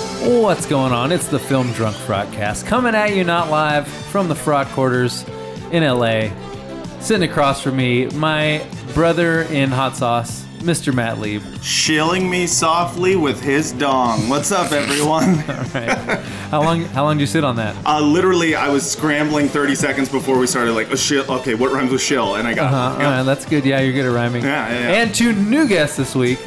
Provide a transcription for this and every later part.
What's going on? It's the Film Drunk Frogcast coming at you not live from the Frog Quarters in LA. Sitting across from me, my brother in hot sauce, Mr. Matt Lieb. Shilling me softly with his dong. What's up, everyone? How long? How long do you sit on that? Uh, literally, I was scrambling 30 seconds before we started. Like, oh, shill. Okay, what rhymes with shill? And I got. Uh, Uh-huh, it. Yeah. all right, that's good. Yeah, you're good at rhyming. Yeah, yeah, yeah. And two new guests this week,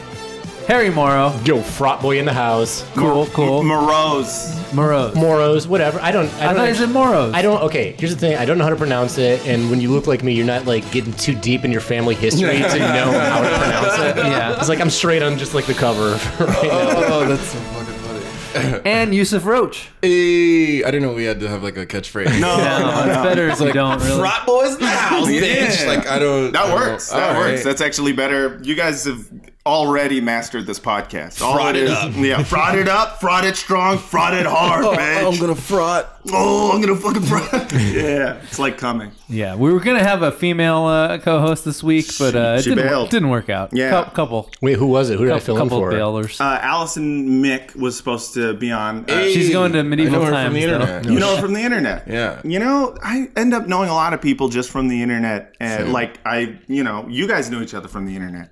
Harry Morrow. Yo, frot boy in the house. Cool, cool. M- Morose. Morrow. Moros, whatever. I don't. I I don't. thought he said Morrow. I don't. Okay, here's the thing. I don't know how to pronounce it, and when you look like me, you're not like getting too deep in your family history to know how to pronounce it. Yeah. It's like I'm straight on just like the cover. Oh, that's so fucking funny. and Yusuf Roach. Hey, I didn't know we had to have like a catchphrase. No, No, no, it's no. better if you don't really. Frat boys in the house, bitch. Like I don't. That I don't- works. That all works. right. That's actually better. You guys have already mastered this podcast. All Fraud it is- up. Yeah, fraud it up, fraud it strong, fraud it hard, Oh, bitch. I'm gonna fraud. oh, I'm gonna fucking fraud. yeah, it's like coming. Yeah, we were gonna have a female uh, co-host this week, but uh, it She didn't, bailed. didn't work out. Yeah. Cou- couple, Wait, who was it? Who did I couple, fill in couple for? bailers. Uh, Allison Mick was supposed to be on. Uh, Hey, She's going to I know medieval her from times, the though. internet. You know, from the internet. Yeah. You know, I end up knowing a lot of people just from the internet, and Same. like I, you know, you guys know each other from the internet.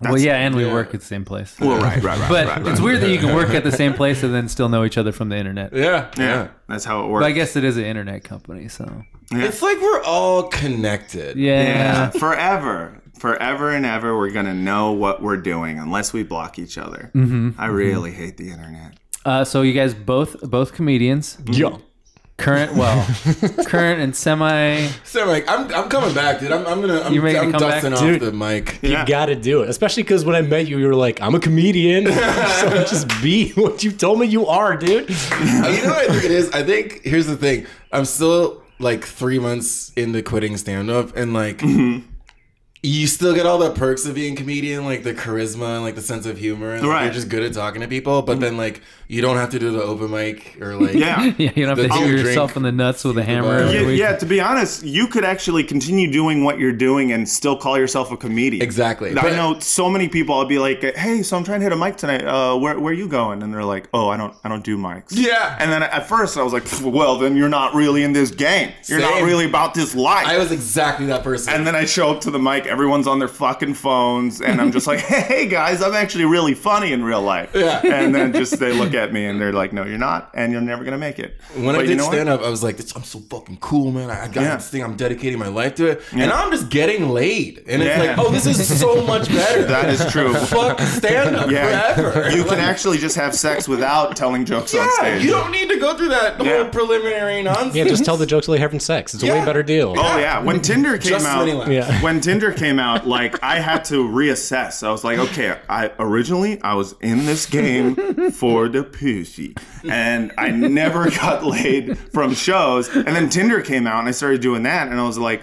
well, yeah, and we yeah. work at the same place. Well, right, right, right. but right, right. it's weird that you can work at the same place and then still know each other from the internet. Yeah, yeah. yeah, that's how it But I works. guess it is an internet company, so It's like we're all connected. yeah. yeah, forever, forever and ever, we're gonna know what we're doing unless we block each other. Mm-hmm. I really hate the internet. Uh, so you guys both both comedians, Yo. current well, current and semi. So like, I'm I'm coming back, dude. I'm I'm gonna I'm, You ready to I'm come back? dusting off Dude. the mic. Yeah. You gotta do it, especially because when I met you, you were like, "I'm a comedian," so just be what you told me you are, dude. you know what I think it is? I think here's the thing. I'm still like three months into quitting stand up and like you still get all the perks of being a comedian, like the charisma and like the sense of humor and like, Right. you're just good at talking to people, but then like you don't have to do the open mic or like Yeah. Yeah, you don't have The to hit two yourself drink. in the nuts with a hammer. Yeah, every Yeah, week. yeah, to be honest, you could actually continue doing what you're doing and still call yourself a comedian. Exactly. I But- know so many people. I'll be like, "Hey, so I'm trying to hit a mic tonight. Uh, where where are you going?" And they're like, "Oh, I don't I don't do mics." Yeah. And then at first I was like, "Well, then you're not really in this game. You're not Same. really about this life." I was exactly that person. and then I show up to the mic. Everyone's on their fucking phones, and I'm just like, "Hey guys, I'm actually really funny in real life." Yeah. And then just they look at me and they're like, "No, you're not, and you're never gonna make it." when But I you did know what? stand up, I was like, this, I'm so fucking cool, man. I, I got Yeah. this thing. I'm dedicating my life to it. And I'm just getting laid. And Yeah. it's like, oh, this is so much better. that is true. Fuck stand up Yeah. forever. You can actually just have sex without telling jokes on stage. You don't need to go through that Yeah. whole preliminary nonsense. Yeah, just tell the jokes while you're having sex. It's a way Yeah. better deal. Oh yeah, when Tinder came Just out, many laughs. Yeah. when Tinder came out, like I had to reassess. I was like, okay, I originally I was in this game for the pussy, and I never got laid from shows. And then Tinder came out, and I started doing that, and I was like,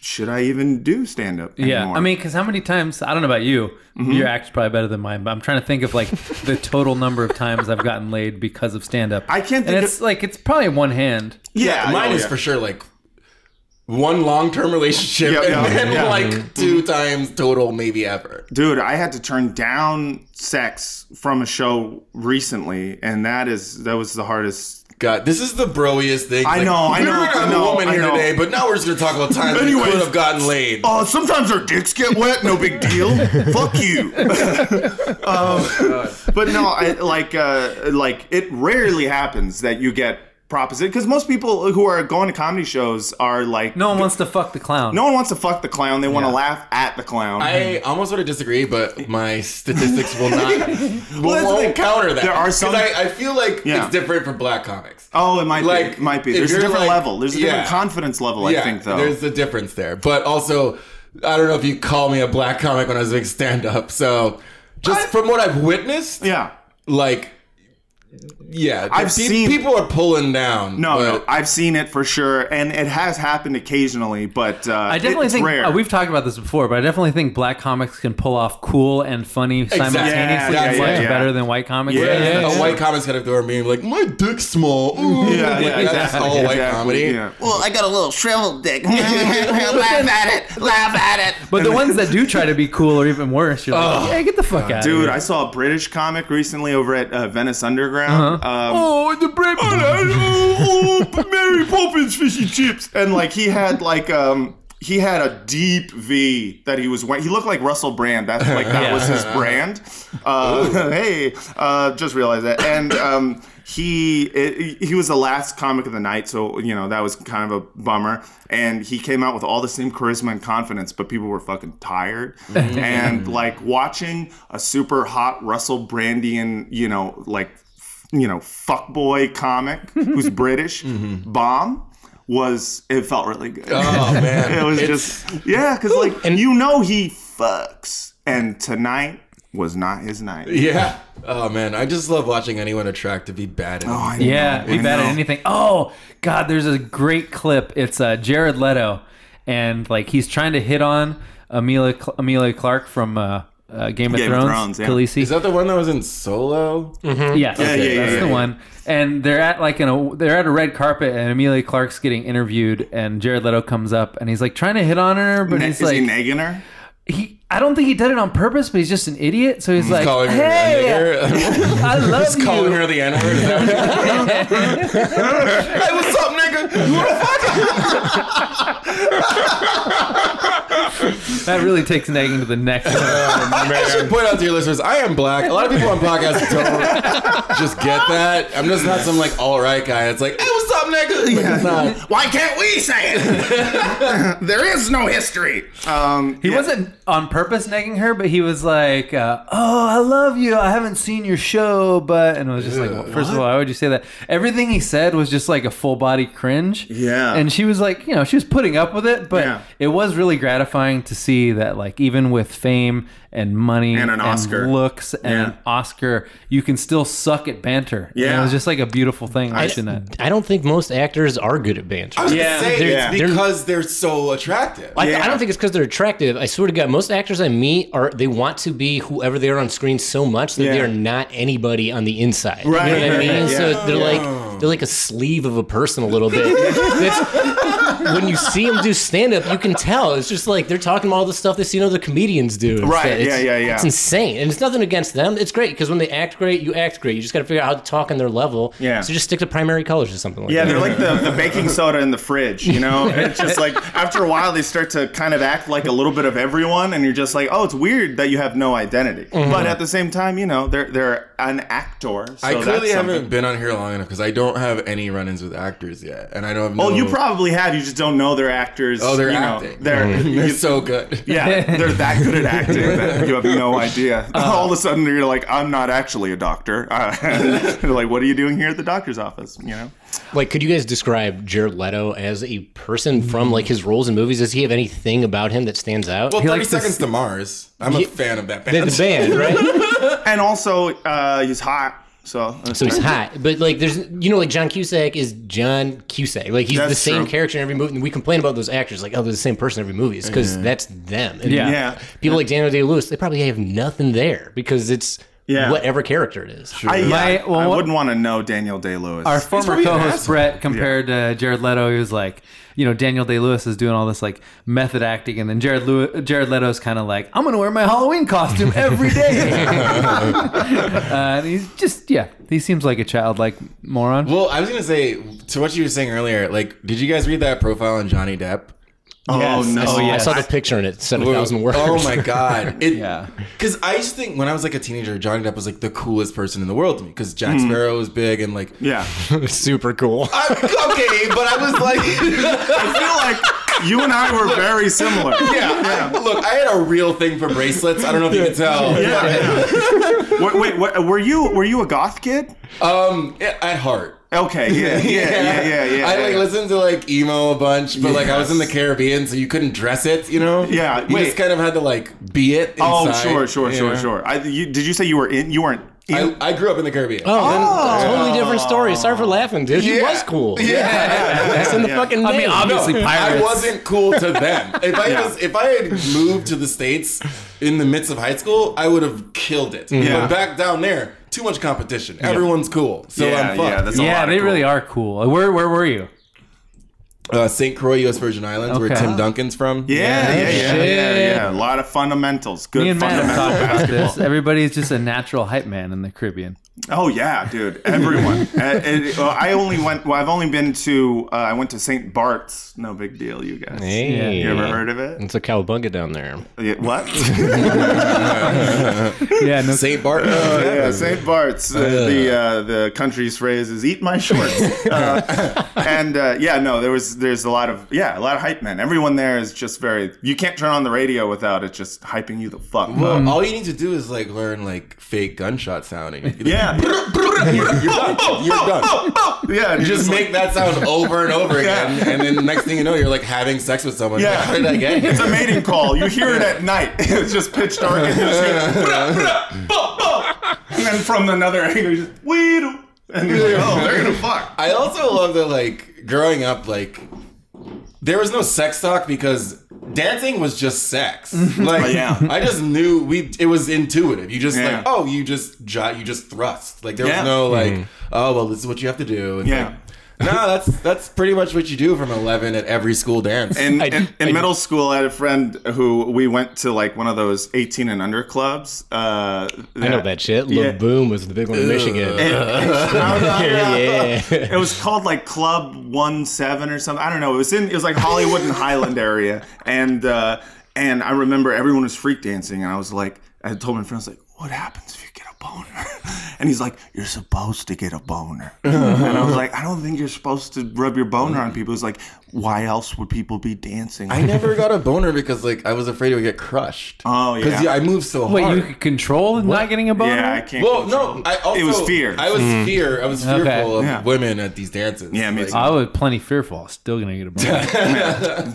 should I even do stand up? Yeah, I mean, because how many times? I don't know about you. Mm-hmm. Your act's probably better than mine, but I'm trying to think of like the total number of times I've gotten laid because of stand up. I can't And think of- it's like it's probably one hand. yeah, mine oh, is yeah. for sure like one long term relationship Yeah, and yeah, then yeah. like two times total, maybe ever. Dude, I had to turn down sex from a show recently, and that is that was the hardest God, this is the broiest thing. I Like, know, I we know, were gonna I have a know, woman I here know. today, but now we're just gonna talk about times we Anyways. could have gotten laid. Oh, sometimes our dicks get wet. No big deal. Fuck you. um, but no, I, like, uh, like it rarely happens that you get proposition because most people who are going to comedy shows are like, No one wants to fuck the clown. no one wants to fuck the clown. They want to laugh at the clown. I almost would have disagreed, but my statistics will not will that's the thing. won't counter that. There are some- 'Cause I, I feel like Yeah. it's different for black comics. oh, it might be. Like, It might be. if There's a you're different like- level. There's a different yeah. confidence level. I think though. There's a difference there. But also, I don't know if you call me a black comic when I was doing stand up. So just from what I've witnessed, yeah. like, yeah, I've pe- seen- people are pulling down. No, no, but I've seen it for sure, and it has happened occasionally, but uh, I definitely it's think rare. uh, we've talked about this before, but I definitely think black comics can pull off cool and funny simultaneously Yeah, yeah, much yeah. better than white comics. Yeah, can. yeah, a yeah. white comic's gonna door me and be like, my dick's small. Ooh. yeah, yeah, Like, that's exactly, all white exactly, comedy. yeah. Well, I got a little shriveled dick. laugh at it. Laugh at it. But the ones that do try to be cool are even worse. You're like, yeah, get the fuck out. Dude, of I saw a British comic recently over at uh, Venice ground. Um, Oh, the bread. oh, oh, Mary Poppins fishy chips. And like he had like um he had a deep V that he was wearing. He looked like Russell Brand. That's like that was his brand. Uh, hey, uh, just realized that. And um, he it, he was the last comic of the night, so you know that was kind of a bummer. And he came out with all the same charisma and confidence, but people were fucking tired. Mm-hmm. and like watching a super hot Russell Brandian, you know, like you know, fuckboy comic who's British, bomb was it felt really good. Mm-hmm. Oh man, it was just yeah, because like you know he fucks, and tonight was not his night. yeah. Oh man, I just love watching anyone attract to be bad. At Oh, I Yeah, know, be I bad at know. anything. Oh God, there's a great clip. It's uh, Jared Leto, and like he's trying to hit on Amelia Cl- Amelia Clark from uh, uh, Game, of Game of Thrones. Thrones, yeah. Khaleesi. Is that the one that was in Solo? Mm-hmm. Yes, yeah, yeah, that's yeah, the yeah. one. And they're at like in a they're at a red carpet, and Amelia Clark's getting interviewed, and Jared Leto comes up, and he's like trying to hit on her, but Ne- he's is like he nagging her? he. I don't think he did it on purpose, but he's just an idiot. So he's, like, calling her a "Hey, nigger? I love you." Calling her the N word. Is that what you- hey, what's up, nigga? You wanna fuck? That really takes nagging to the next level. I should point out to your listeners, I am black. A lot of people on podcasts don't just get that. I'm just not some like all right guy. It's like, hey, what's up, nigga? Like, it's not. Why can't we say it? there is no history. Um, He wasn't on purpose nagging her, but he was like, uh, "Oh, I love you. I haven't seen your show, but..." And I was just like, well, first of all, why would you say that?" Everything he said was just like a full body cringe. Yeah. And she was like, you know, she was putting up with it, but Yeah. it was really gratifying to see that, like, even with fame and money And an Oscar. looks and Yeah. an Oscar, you can still suck at banter. And it Yeah. was just like a beautiful thing watching that. I don't think most actors are good at banter. I was Yeah, gonna say they're- it's because they're so attractive. I, Yeah. I don't think it's because they're attractive. I swear to God, most actors I meet are they want to be whoever they are on screen so much that they Yeah. are not anybody on the inside. Right, You know what I right, mean? right, yeah. So they're like they're like a sleeve of a person a little bit. That's- when you see them do stand up, you can tell. It's just like they're talking about all the stuff they see other comedians do. It's- Right, It's, yeah, yeah, yeah. It's insane, and it's nothing against them. It's great because when they act great, you act great. You just got to figure out how to talk on their level. Yeah. So just stick to primary colors or something like Yeah, that. they're like the, the baking soda in the fridge, you know? It's just like after a while they start to kind of act like a little bit of everyone and you're just like, "Oh, it's weird that you have no identity." But at the same time, you know, they're they're an actor. So I clearly that's haven't something. been on here long enough because I don't have any run-ins with actors yet, and I don't. Have no, Well, Oh, you probably have, you just don't know they're actors. Oh, they're you acting. Know, they're They're you- so good. yeah, they're that good at acting that you have no idea. Uh-huh. All of a sudden, you're like, I'm not actually a doctor. Uh, they're like, what are you doing here at the doctor's office? You know? Like, could you guys describe Jared Leto as a person from like his roles in movies? Does he have anything about him that stands out? Well, Thirty likes to Seconds to Mars. I'm a fan of that the, band. the band, right? And also, uh, he's hot. So, uh, so he's hot, but like, there's you know, like John Cusack is John Cusack. Like he's the That's same true. character in every movie. And we complain about those actors, like oh, they're the same person in every movie. It's because that's them. And Yeah. yeah. People like Daniel Day Lewis, they probably have nothing there because it's Yeah. whatever character it is. I, My- yeah, well, I what- wouldn't want to know Daniel Day Lewis. our former probably an co-host asshole. Brett compared to Jared Leto. He was like, you know, Daniel Day Lewis is doing all this like method acting, and then Jared Lew- Jared Leto's kind of like, I'm gonna wear my Halloween costume every day. uh, and he's just yeah, he seems like a childlike moron. Well, I was gonna say to what you were saying earlier. Like, did you guys read that profile on Johnny Depp? oh no! I, yes. saw the picture and it said a thousand words. Oh my god! It, Yeah. Because I used to think when I was like a teenager, Johnny Depp was like the coolest person in the world to me. Because Jack Sparrow was big and like. Yeah, super cool. I, okay, but I was like, I feel like you and I were very similar. yeah, I- Look, I had a real thing for bracelets. I don't know if you can tell. yeah. wait, wait, wait, were you were you a goth kid? Um, yeah, at heart. Okay, yeah, yeah, yeah, yeah, yeah. I like yeah. listened to like emo a bunch, but like I was in the Yes. Caribbean, so you couldn't dress it. You know? Yeah, You just wait. kind of had to like be it. Oh, inside, sure, sure, you sure, know? sure. I, you, did you say you were in? You weren't. In, I, I grew up in the Caribbean. Oh, then totally different story. Sorry for laughing, dude. He Yeah. was cool. yeah. That's in the Yeah. fucking name. I mean, obviously I pirates. wasn't cool to them. If I Yeah. was, if I had moved to the states in the midst of high school, I would have killed it. Yeah. But back down there, too much competition. Everyone's cool, so yeah, I'm yeah, fucked. that's a yeah, lot they of really cool. are cool. Where where were you? uh, St. Croix, U.S. Virgin Islands, where Okay. Tim Duncan's from. Yeah, yeah, yeah, yeah, yeah, A lot of fundamentals. Good Me and Matt have fundamental talked about this. basketball. Everybody's just a natural hype man in the Caribbean. Oh yeah, dude! Everyone. Uh, it- well, I only went. Well, I've only been to. Uh, I went to St. Bart's. No big deal, you guys. Hey, You ever heard of it? It's a cowabunga down there. Yeah, what? Yeah, no. St. Bart. uh, Oh, yeah, St. Bart's. Uh, the uh, the country's phrase is "eat my shorts," uh, and uh, yeah, no, there was there's a lot of yeah, a lot of hype men. Everyone there is just very. You can't turn on the radio without it just hyping you the fuck. up. Well, all you need to do is like learn like fake gunshot sounding. Yeah, you're done. You're done. yeah, You just make that sound over and over again, Yeah. and then next thing you know, you're like having sex with someone. Yeah. Yeah. Like, How did I get It's here? a mating call. You hear it at night. It's just pitch dark. And, you just hear, "Bruh, bruh, buh, buh." and then from another angle, you just wee And you're like, oh, they're gonna fuck. I also love that like growing up, like there was no sex talk because dancing was just sex. Like Mm-hmm. Yeah. I just knew we it was intuitive. You just Yeah. like oh you just jot you just thrust. Like there Yeah. was no like oh well this is what you have to do. It's Yeah. like, no, that's that's pretty much what you do from eleven at every school dance. In, I- in, in I- middle school, I had a friend who we went to like one of those 18 and under clubs. Uh, I know that shit. Lil Yeah. Boom was the big one in Michigan. It, yeah. it was called like Club One Seven or something. I don't know. It was in it was like Hollywood and Highland area, and uh, and I remember everyone was freak dancing, and I was like, I told my friends like, what happens if you get a boner? And he's like, you're supposed to get a boner. And I was like, I don't think you're supposed to rub your boner on people. It's like, why else would people be dancing? I never got a boner because like I was afraid it would get crushed. Oh, yeah. because I moved so Wait, hard. you could control not getting a boner? yeah, I can't. Well, control no, I also it was fear. I was Mm. fear. I was fearful of Yeah. women at these dances. Yeah, me Like, too. I was plenty fearful. I was still gonna get a boner.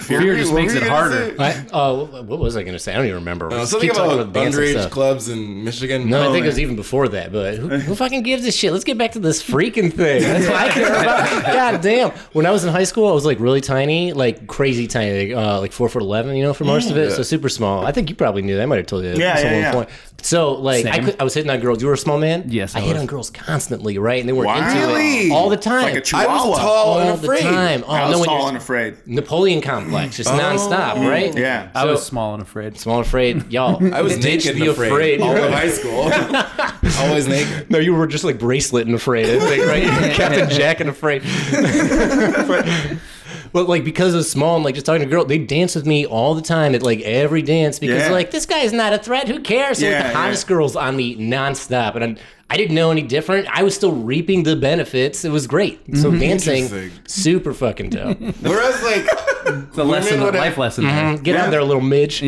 Fear, just What makes were it you gonna harder. say? I, uh, what was I going to say? I don't even remember. Uh, Just something keep talking about bands and underage stuff. clubs in Michigan. No, I think man. it was even before that, but who, who fucking gives a shit? Let's get back to this freaking thing. That's what I care about. God damn. When I was in high school, I was like really tiny, like crazy tiny, like, uh, like four foot 11, you know, for most of it. So super small. I think you probably knew that. I might have told you that Yeah, at some yeah, yeah. point. So, like, I, Same. could, I was hitting on girls. You were a small man? Yes, I, I hit was. on girls constantly, right? And they were Wow. into Really? it all the time. like a I chihuahua. was tall all and the afraid. time. Oh, I no, was when tall you're- and afraid. Napoleon complex, just nonstop, right? Yeah. I was So- small and afraid. Small and afraid, y'all. I was bitch, naked be and afraid, afraid. all of high school. Always naked. No, you were just like bracelet and afraid. I think, right? You were Captain Jack and afraid. but, but, like because it was small and like just talking to a girl, they dance with me all the time at like every dance because Yeah. they're like this guy's not a threat. Who cares? So, like, Yeah, the hottest yeah. girls on me nonstop, and I, I didn't know any different. I was still reaping the benefits. It was great. So Mm-hmm. dancing, Interesting. super fucking dope. Whereas like It's a lesson, a would have- life lesson. there. Get out there, little midge.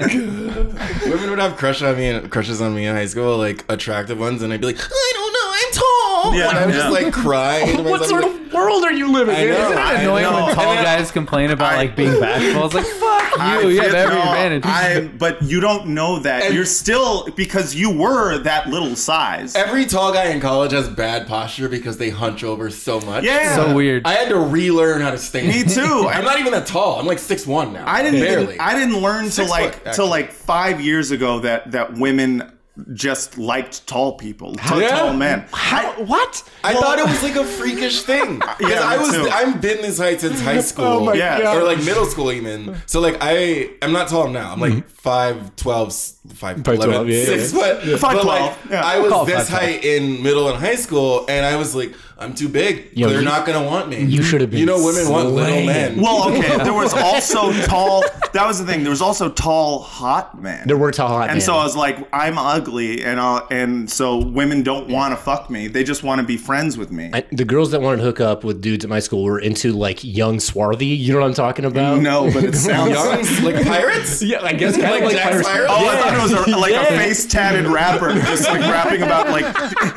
women would have crush on me and crushes on me in high school, like attractive ones, and I'd be like, I don't know, I'm tall. Yeah, and I would yeah. just like cry. to What myself, sort like, of world are you living I in? know. Isn't it Isn't it I annoying know. when tall And I- guys complain about like being bashful? It's like fuck I you. You have did every not- advantage. I, but you don't know that. And- You're still because you were that little size. Every tall guy in college has bad posture because they hunch over so much. yeah, so weird. I had to relearn how to stand. Me too. I'm not even that tall. I'm like six one now. I didn't. barely. I didn't learn till Six like foot, till actually. like five years ago that that women just liked tall people, tall, Yeah. tall men. I- What? I thought it was like a freakish thing. Because Yeah, I me was too. I'm been this height since high school. my Yeah. God. Or like middle school even. So like I I'm not tall now. I'm like five twelve five Mm-hmm. Five, eleven, 12, yeah, six yeah. foot. Five, but like 12, yeah. I was Call it this five, 12. height in middle and high school and I was like, I'm too big. Yo, They're you- not gonna want me. you should have been You know women want little slaying. men. well, okay. There was also tall. That was the thing. There was also tall, hot men. There were tall hot And men. so I was like, I'm ugly, and I'll, and so women don't want to fuck me. They just want to be friends with me. I, the girls that wanted to hook up with dudes at my school were into like young swarthy. You know what I'm talking about? no, but it sounds. Young like pirates? Yeah, I guess kind Like of like Jack Pirates- Sparrow? Oh, I thought it was a, like a face tatted rapper just like rapping about like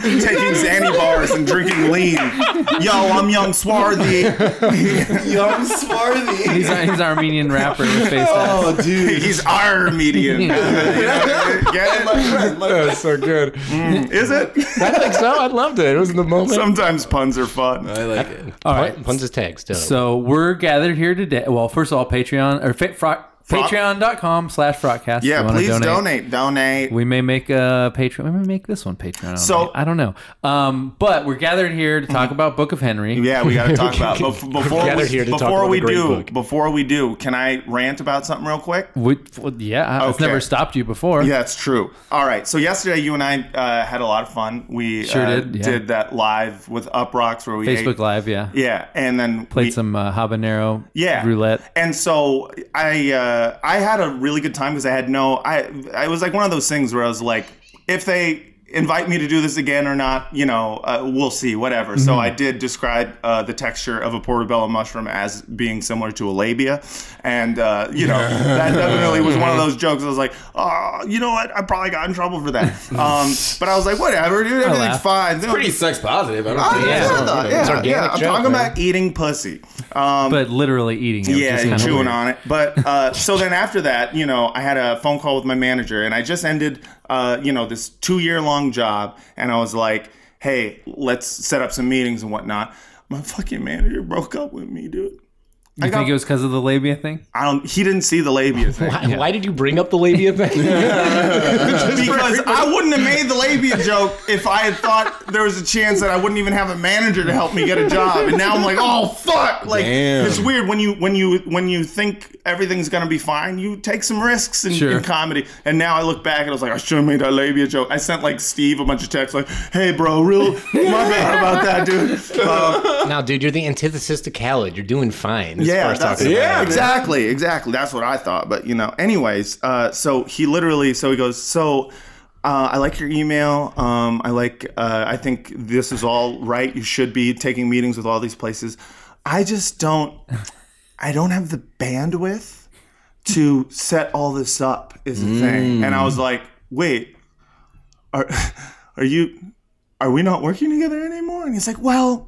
taking Xanny bars and drinking lean. Yo, I'm young swarthy. Young swarthy. he's, a- he's an Armenian rapper with face tats. Oh dude. He's Armenian. You know, Get My it? friend, my friend. That's so good. Is it? I think so. I loved it. It was in the moment. Sometimes puns are fun. I like it. All All right. right, puns is tags. Dope. So we're gathered here today. Well, first of all, Patreon or fa- fro- Patreon.com slash broadcast. Yeah, please donate. Donate. We may make a Patreon. We may make this one Patreon. So- Mm-hmm. So I don't know. Um, but we're gathered here to talk about Book of Henry. Yeah, we got to talk about bef- before gathered we, here to talk before about we the great do book. before we do. Can I rant about something real quick? We, well, yeah, it's Okay. never stopped you before. Yeah, it's true. All right. So yesterday, you and I uh, had a lot of fun. We Sure uh, did, yeah. that live with Up Rocks where we Facebook ate- Live, yeah. Yeah, and then Played we, some uh, habanero yeah roulette. And so I uh, I had a really good time because I had no I I was like one of those things where I was like if they invite me to do this again or not you know uh, we'll see whatever so i did describe uh, the texture of a portobello mushroom as being similar to a labia and uh, you know that definitely was one of those jokes i was like oh you know what i probably got in trouble for that um, but i was like whatever dude everything's laugh. fine Pretty sex positive. I don't Oh, think yeah, it's- yeah, it's yeah, organic. i'm joke, talking man. about eating pussy um, But literally eating it. which is yeah, kinda chewing weird. on it. But uh, so then after that, you know, I had a phone call with my manager, and I just ended, uh, you know, this two-year-long job, and I was like, "Hey, let's set up some meetings and whatnot." My fucking manager broke up with me, dude. I You got, think it was because of the labia thing? I don't. He didn't see the labia thing Why, why did you bring up the labia thing? because I wouldn't have made the labia joke if I had thought there was a chance that I wouldn't even have a manager to help me get a job. And now I'm like, oh fuck! Like Damn. it's weird when you when you when you think everything's gonna be fine, you take some risks in, Sure. in comedy. And now I look back and I was like, I should have made that labia joke. I sent like Steve a bunch of texts like, hey bro, real my bad about that, dude. Um, now, dude, you're the antithesis to Khaled. You're doing fine. as far yeah, as that's, talking about yeah, it. exactly, exactly. That's what I thought. But you know, anyways, uh, so he literally, so he goes, so. Uh, I like your email. Um, I like. Uh, I think this is all right. You should be taking meetings with all these places. I just don't. I don't have the bandwidth to set all this up. Is the thing. And I Mm. was like, wait, are are you? Are we not working together anymore? And he's like, well,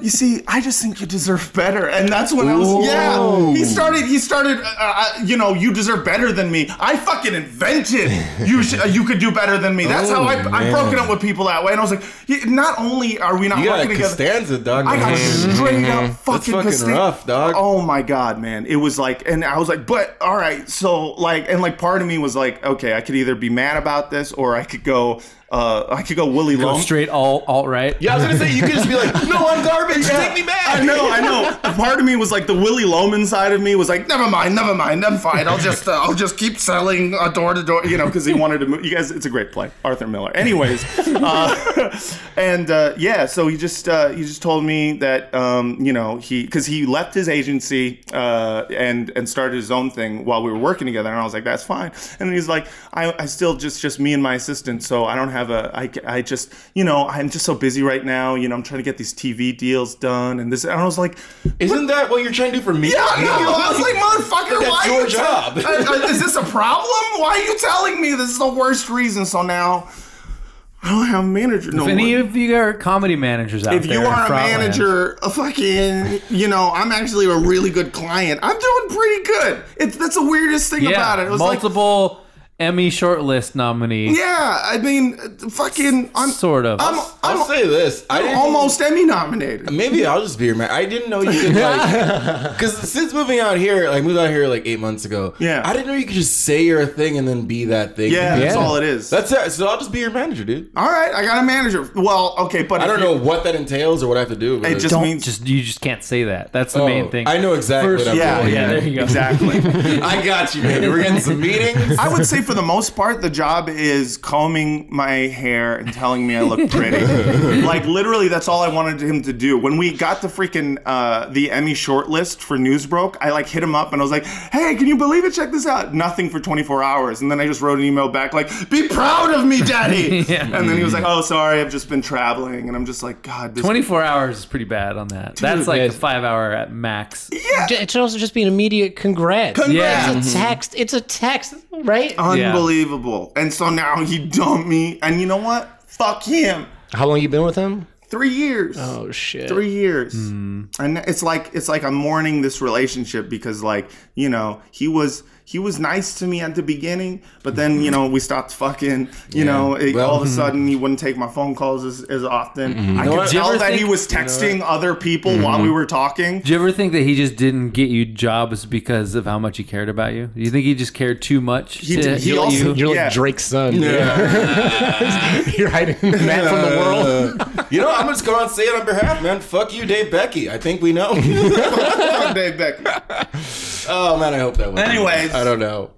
you see, I just think you deserve better, and that's when I was. Yeah, he started. He started. Uh, uh, you know, you deserve better than me. I fucking invented. You sh- uh, you could do better than me. That's how I Oh, I've man. broken up with people that way. And I was like, y- not only are we not You got working a together, Costanza, dog. I got straight up fucking, Mm-hmm. fucking Costa- rough, dog. Oh my god, man! It was like, and I was like, but all right, so like, and like, part of me was like, okay, I could either be mad about this or I could go, uh, I could go Willy Go Lone. straight all alt right. Yeah, I was gonna say you could just be like, no, I'm garbage. Take me back. I know, I know. A Part of me was like the Willy Loman side of me was like, never mind, never mind, I'm fine. I'll just, uh, I'll just keep selling uh, door to door, you know, because he wanted to. move. You guys, it's a great play, Arthur Miller. Anyways, uh, and uh, yeah, so he just, uh, he just told me that, um, you know, he because he left his agency uh, and and started his own thing while we were working together, and I was like, that's fine. And he's like, I, I still just, just me and my assistant, so I don't have a, I, I just, you know, I'm just so busy right now. You know, I'm trying to get these TV deals done and this, and I was like. Isn't that what you're trying to do for me? Yeah, no, I was like, motherfucker, That's why your are you tell- job. I- I- is this a problem? Why are you telling me this is the worst reason? So now I don't have a manager no If any more. of you are comedy managers out If there, you in are a Frogland, manager, a fucking, you know, I'm actually a really good client. I'm doing pretty good. It's that's the weirdest thing yeah, about it. It was like, multiple Emmy shortlist nominee, yeah, I mean, uh, fucking, I'm, sort of. I'm, I'll I'm, say this. I I'm didn't- almost Emmy nominated. Maybe I'll just be your man. I didn't know you could like because since moving out here, I moved out here like eight months ago. Yeah. I didn't know you could just say you're a thing and then be that thing. Yeah, that's Yeah. all it is. that's it. So I'll just be your manager, dude. all right. I got a manager. Well, okay, but I if don't you- know what that entails or what I have to do. but It just Don't means just you just can't say that. That's the Oh, main thing. I know exactly First- what I'm yeah, doing. yeah, there you go. exactly. I got you, man. We're getting some meetings. I would say for the most part, the job is combing my hair and telling me I look pretty. like literally, that's all I wanted him to do. When we got the freaking uh, the Emmy shortlist for Newsbroke, I like hit him up and I was like, "Hey, can you believe it? Check this out." Nothing for 24 hours, and then I just wrote an email back like, "Be proud of me, Daddy." Yeah. And then he was like, "Oh, sorry, I've just been traveling," and I'm just like, "God, this 24 hours is pretty bad on that. That's like a five hour at max. J- It should also just be an immediate congrats. Congrats. It's a text. It's a text, right? unbelievable." And so now he dumped me, and you know what? Fuck him. How long you been with him? Three years. Oh shit. three years Mm-hmm. and it's like it's like i'm mourning this relationship because like you know he was he was nice to me at the beginning, but then you know we stopped fucking. You know, it, Well- all of a sudden he wouldn't take my phone calls as, as often. I know could what? Mm-hmm. Do mm-hmm. you tell ever that he think- was texting other people while we were talking. Do you ever think that he just didn't get you jobs because of how much he cared about you? Do you think he just cared too much? He to did- he let also- you? You're like Yeah. Drake's son. You're hiding Matt from the world. Uh, you know, I'm just going to say it on behalf, man. Fuck you, Dave Becky. I think we know. Dave Beck. oh man, I hope that. was Anyways. I don't know.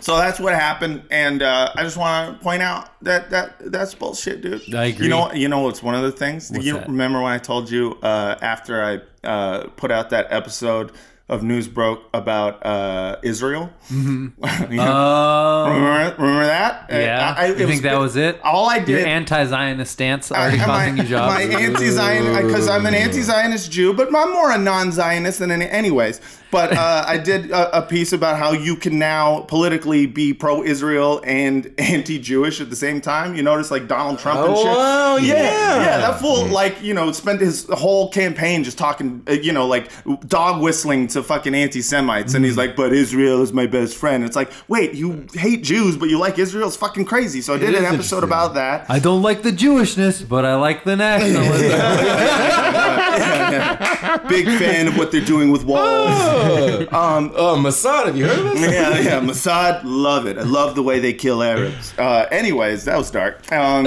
So that's what happened, and uh, I just want to point out that that that's bullshit, dude. I agree. You know, you know what's one of the things? you that? remember when I told you uh, after I uh, put out that episode of News Broke about uh, Israel? Mm-hmm. Oh, remember, remember that? yeah. I, I- you it think that was it? All I Your did. anti-Zionist stance already I- costing my, you jobs. my anti-Zionist, because I'm an anti-Zionist Jew, but I'm more a non-Zionist than any, anyways. But uh, I did a, a piece about how you can now politically be pro-Israel and anti-Jewish at the same time. You notice like Donald Trump and shit. wow, yeah, yeah. yeah, that fool like you know spent his whole campaign just talking, uh, you know, like dog whistling to fucking anti-Semites, and he's like, "But Israel is my best friend." It's like, wait, you hate Jews, but you like Israel? It's fucking crazy. So I did is an episode interesting. about that. I don't like the Jewishness, but I like the nationalism. Big fan of what they're doing with walls. um, uh, Mossad, have you heard of this? yeah, yeah. Mossad, love it. I love the way they kill Arabs. Uh, anyways, that was dark. Um,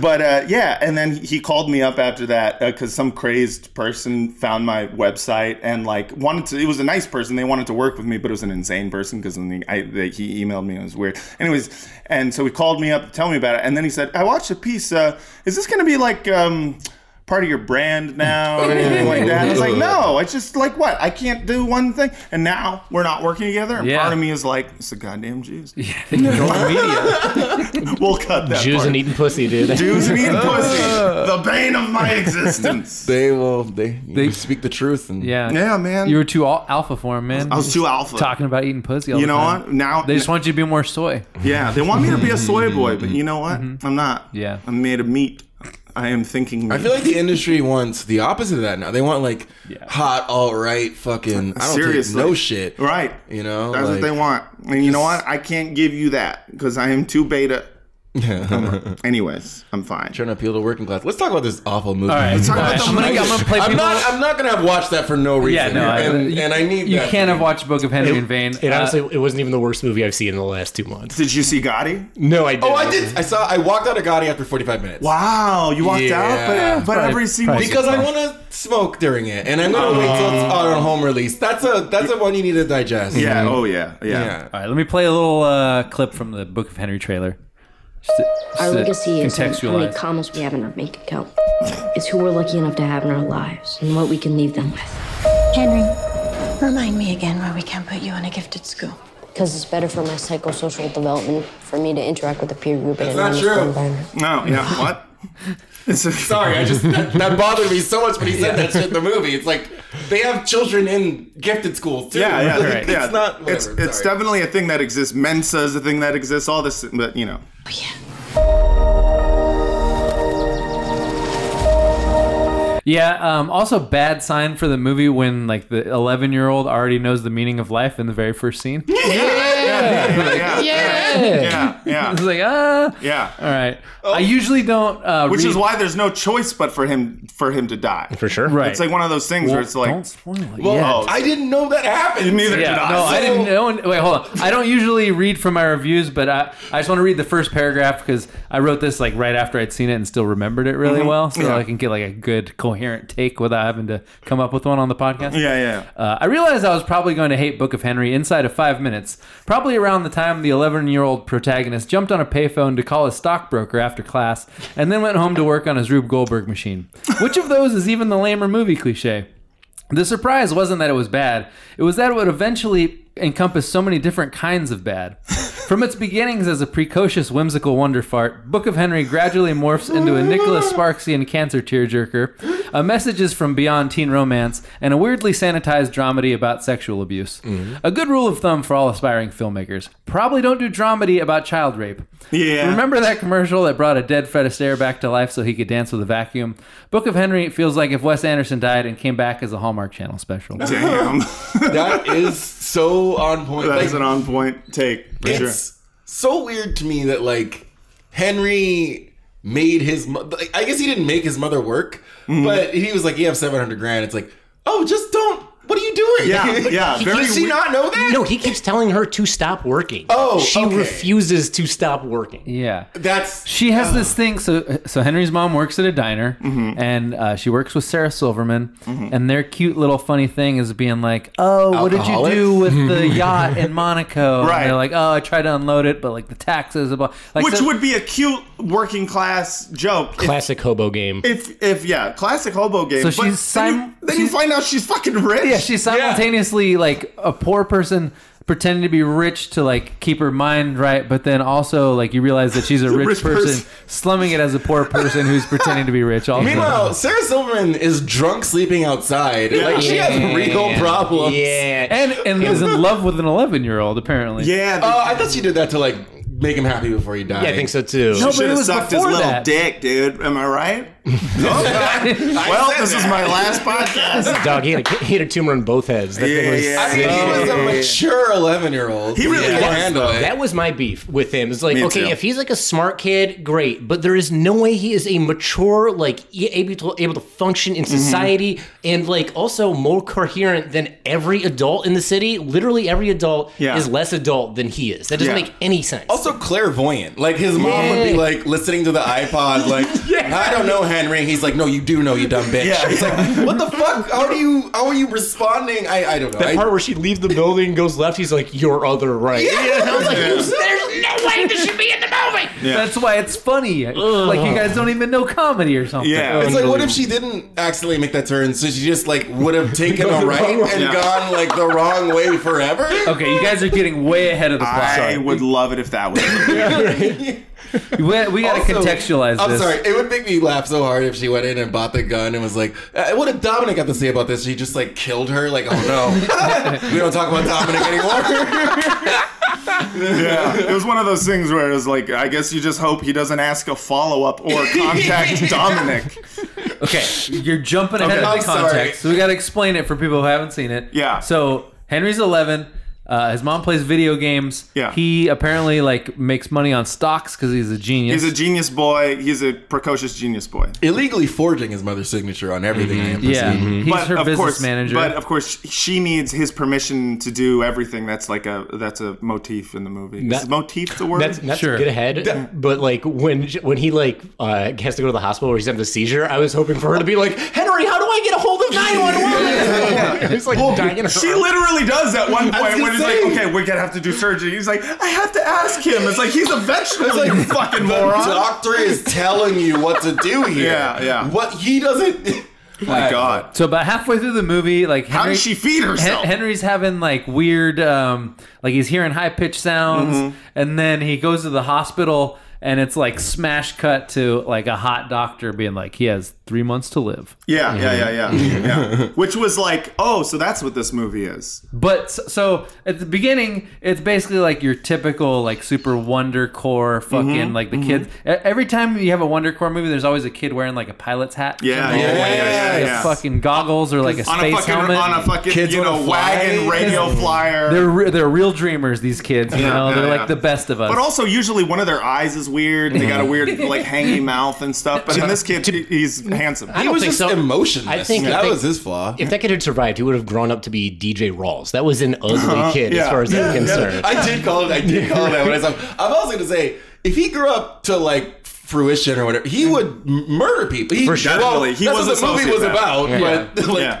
but uh, yeah, and then he called me up after that because some crazed person found my website and like wanted to. It was a nice person. They wanted to work with me, but it was an insane person because then the, I, the, he emailed me. and It was weird. Anyways, and so he called me up to tell me about it, and then he said, "I watched a piece. Uh, is this going to be like?" Um, Part of your brand now, or anything like that. I was like, no, Oh, it's just like what? I can't do one thing. And now we're not working together. And Yeah. part of me is like, it's the goddamn Jews. I think Norm Media. We'll cut that. Jews part. and eating pussy, dude. Jews and eating pussy. Uh. The bane of my existence. They will. They, you They- speak the truth. And Yeah. yeah, man. You were too al- alpha for him, man. I was too alpha. talking about eating pussy all You the know time. what? Now They just want you to be more soy. Yeah, they want me to be a soy boy, but you know what? I'm not. Mm-hmm. Yeah. I'm made of meat. I am thinking meat. I feel like the industry wants the opposite of that now. They want like hot, all right, fucking. I don't Seriously. take no shit. Right. You know, That's like- what they want. And you know what? I can't give you that because I am too beta. Anyways, I'm fine. Trying to appeal to working class. Let's talk about this awful movie. right. Let's talk All about right. the I'm gonna- movie. I'm gonna play I'm people- not. I'm not gonna have watched that for no reason. Yeah, no, I- and, you- and I need. You that can't have watched Book of Henry in vain. It Uh, honestly, it wasn't even the worst movie I've seen in the last two months. Did you see Gotti? No, I did. Oh, I did. I saw. I walked out of Gotti after 45 minutes. Wow, you walked Yeah. out, but, but every scene was Because I want to smoke during it, and I'm gonna wait till it's on home release. That's a that's a one you need to digest. Yeah. Oh yeah. Yeah. yeah. all right, let me play a little uh, clip from the Book of Henry trailer. Just to- just Our to legacy is in how many contextualize. commas we have in our bank account. It's who we're lucky enough to have in our lives and what we can leave them with. Henry, remind me again why we can't put you in a gifted school. Because it's better for my psychosocial development for me to interact with a peer group in That's an not honest true. environment. No. Yeah. What? It's a, Sorry, I just that, that bothered me so much when he said that shit in the movie. It's like they have children in gifted schools too. Yeah, yeah, Like, right. It's yeah. not. Whatever, it's it's sorry. definitely a thing that exists. Mensa is a thing that exists. All this, but you know, Oh, yeah. Yeah. Um, also, bad sign for the movie when like the 11 year old already knows the meaning of life in the very first scene. It's yeah, yeah, yeah, yeah, yeah. Oh. like ah. All right. I usually don't. Uh, Which read- is why there's no choice but for him for him to die. for sure. Right. It's like one of those things where it's don't like, spoil it. Well, yet. oh, I didn't know that happened. neither Yeah, did I. no, I So- didn't know. Wait, hold on. I don't usually read from my reviews, but I, I just want to read the first paragraph because I wrote this like right after I'd seen it and still remembered it really well, so Mm-hmm. yeah. I can get like a good coherent take without having to come up with one on the podcast. Yeah, yeah. Uh, I realized I was probably going to hate Book of Henry inside of five minutes, probably around the time the 11 year old protagonist jumped on a payphone to call a stockbroker after class and then went home to work on his Rube Goldberg machine. Which of those is even the lamer movie cliche? The surprise wasn't that it was bad, it was that it would eventually encompass so many different kinds of bad. From its beginnings as a precocious, whimsical wonder fart, Book of Henry gradually morphs into a Nicholas Sparksian cancer tearjerker, a messages from beyond teen romance, and a weirdly sanitized dramedy about sexual abuse. A good rule of thumb for all aspiring filmmakers: probably don't do dramedy about child rape. Yeah. Remember that commercial that brought a dead Fred Astaire back to life so he could dance with a vacuum? Book of Henry feels like if Wes Anderson died and came back as a Hallmark Channel special. Damn. that is so on point. That Like, is an on point take. For sure. it's so weird to me that like Henry made his. mo- Like, I guess he didn't make his mother work, Mm-hmm. but he was like, "You have seven hundred grand." It's like, oh, just don't. What are you doing? Yeah, yeah, Like, very Does she weird. not know that? No, he keeps telling her to stop working. Oh, she okay. refuses to stop working. Yeah. That's She has this thing. So, so Henry's mom works at a diner, Mm-hmm. and uh, she works with Sarah Silverman. And their cute little funny thing is being like, "Oh, what did Alcoholics? you do with the yacht in Monaco?" Right. And they're like, "Oh, I tried to unload it, but like the taxes, about like Which so- would be a cute working class joke. if- Classic hobo game. If, if yeah, classic hobo game. So but she's then, you, sim- then you she's- find out she's fucking rich. yeah, she's simultaneously like a poor person." Pretending to be rich to like keep her mind right, but then also like you realize that she's a rich, rich person, person. slumming it as a poor person who's pretending to be rich. Also, Meanwhile, Sarah Silverman is drunk sleeping outside. Like she Yeah. has real problems. Yeah. and and is in love with an eleven year old apparently. yeah. Oh, I thought she did that to like make him happy before he died. Yeah, I think so too. No, but should it have was sucked his before little that. dick, dude. Am I right? well, this is my last podcast. Dog, he had, a, he had a tumor in both heads. That Yeah, thing was yeah, I mean, sick. he was a mature eleven-year-old. He really can was, handle it. That was my beef with him. It's like, Me okay, too. if he's like a smart kid, great, but there is no way he is a mature, like e- able to able to function Mm-hmm. in society, and like also more coherent than every adult in the city. Literally, every adult Yeah. is less adult than he is. That doesn't Yeah. make any sense. also clairvoyant. Like his mom would be Yeah. like listening to the iPod, like I don't know, Henry. He's like, no, you do know, you dumb bitch. Yeah. It's like, what the fuck? How do you? How are you responding? I I don't know. I- where she leaves the building and goes left, he's like, "Your other right." Yeah, I was like, "There's no way this should be in the movie." That's why it's funny. Like you guys don't even know comedy or something. Yeah. it's like, what if she didn't accidentally make that turn? So she just like would have taken a right and Yeah. gone like the wrong way forever. Okay, you guys are getting way ahead of the plot. I would love it if that was. We, we got to Also, contextualize I'm this. sorry. It would make me laugh so hard if she went in and bought the gun and was like, uh, "What did Dominic have to say about this?" She just like killed her. Like, oh no, we don't talk about Dominic anymore. Yeah, it was one of those things where it was like, I guess you just hope he doesn't ask a follow up or contact Dominic. Okay, you're jumping ahead Okay. of I'm the sorry. context. So we got to explain it for people who haven't seen it. Yeah. So Henry's 11. Uh, his mom plays video games. Yeah. He apparently like makes money on stocks because he's a genius. He's a genius boy. He's a precocious genius boy. Illegally forging his mother's signature on everything. Mm-hmm. I am yeah. perceiving. He's her business course, manager. But of course, sh- she needs his permission to do everything. That's like a that's a motif in the movie. Is That- motif the word? That's not Sure. to get ahead, but like when when he like uh, has to go to the hospital or he's having a seizure, I was hoping for her to be like, Henry, how do I get a hold of nine one one? It's like dying in her she arms. literally does at one I was point when gonna he's say- like, "Okay, we're gonna have to do surgery." He's like, "I have to ask him." It's like he's a vegetable, like, you fucking moron. Doctor is telling you what to do here. Yeah, yeah. What he doesn't. My God, So about halfway through the movie, like Henry, how does she feed herself? Hen- Henry's having like weird, um, like he's hearing high pitched sounds, Mm-hmm. and then he goes to the hospital, and it's like smash cut to like a hot doctor being like, he has three months to live. Yeah, yeah, yeah, yeah, yeah. Which was like, oh, so that's what this movie is. But s- so at the beginning, it's basically like your typical like super wonder core Mm-hmm. fucking like the kids. e- Every time you have a wonder core movie, there's always a kid wearing like a pilot's hat. or Yeah, something. yeah, yeah, yeah, Like, yeah. Fucking goggles or like a On a space fucking, helmet. on a fucking, Kids you wanna know, fly. wagon radio flyer. they're re- they're real dreamers. These kids, you Yeah, know, yeah, they're yeah. like the best of us. but also, usually one of their eyes is weird. They got a weird, like, hangy mouth and stuff. But in this kid, he- he's handsome. I He don't was think just so. emotionless. I think- I that think- was his flaw. If that kid had survived, he would have grown up to be DJ Rawls. That was an ugly kid as Uh-huh. Yeah. far as I'm concerned. I did call it. I did call it that when I saw. him. I'm also gonna say if he grew up to like fruition or whatever, he would m- murder people. He, sure. Definitely. He that's was what the a movie was sociopath. Mm-hmm. about. But like, Yeah.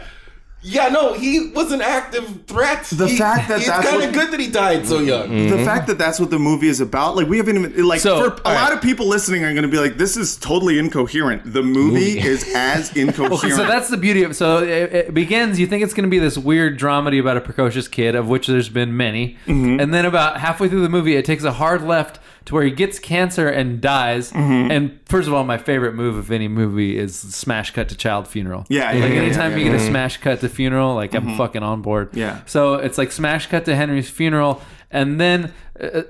Yeah, no, he was an active threat. The He- fact that it's that's kind of what- good that he died so young. Mm. The fact that that's what the movie is about, like we haven't even like So, for a all lot of people listening are going to be like, this is totally incoherent. The movie, is as incoherent. So that's the beauty of so it, it begins. You think it's going to be this weird dramedy about a precocious kid, of which there's been many, Mm-hmm. and then about halfway through the movie, it takes a hard left to where he gets cancer and dies. Mm-hmm. And first of all, my favorite move of any movie is smash cut to child funeral. Yeah, yeah, like yeah, anytime yeah, you yeah. get a smash cut to funeral, like I'm fucking on board. Yeah. So it's like smash cut to Henry's funeral, and then uh,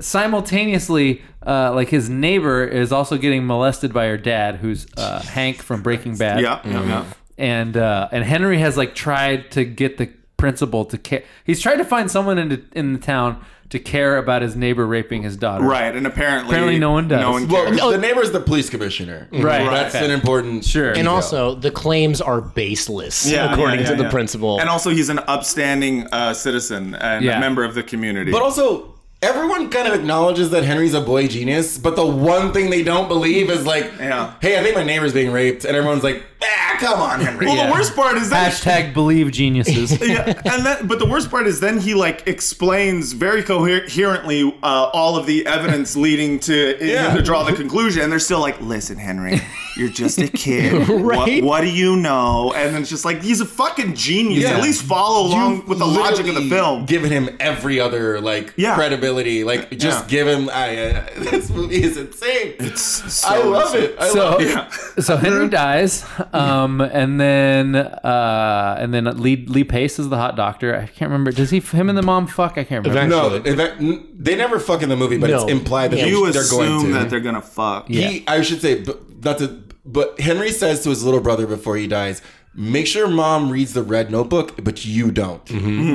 simultaneously, uh, like his neighbor is also getting molested by her dad, who's uh, Hank from Breaking Bad yeah, yeah, yeah. and uh, and Henry has like tried to get the principal to care. He's tried to find someone in the, in the town to care about his neighbor raping his daughter. right. And apparently, Apparently no one does. No one cares. Well, the neighbor's the police commissioner. Right. That's Okay. an important. Sure. And also, the claims are baseless, Yeah, according yeah, yeah, to the yeah. principal. And also, he's an upstanding uh, citizen and Yeah. a member of the community. But also, everyone kind of acknowledges that Henry's a boy genius, but the one thing they don't believe is like, Yeah. hey, I think my neighbor's being raped. And everyone's like, ah, come on, Henry. well, the worst part is that hashtag believe geniuses. yeah, and then, but the worst part is then he like explains very coherently uh, all of the evidence leading to Yeah. him to draw the conclusion, and they're still like, "Listen, Henry, you're just a kid. Right? what, what do you know?" And then it's just like he's a fucking genius. Yeah. At least follow along with the logic of the film. Giving him every other like Yeah. credibility, like just Yeah. give him. I, uh, this movie is insane. So I love it. I love So, so Henry dies, um, and then uh, and then Lee Lee Pace is the hot doctor. I can't remember. Does he him and the mom fuck? I can't remember. Eventually. No, in fact, n- they never fuck in the movie, but No. it's implied that You they, they're going assume to. that they're gonna fuck. He, I should say, but not to, but Henry says to his little brother before he dies, "Make sure mom reads the red notebook, but you don't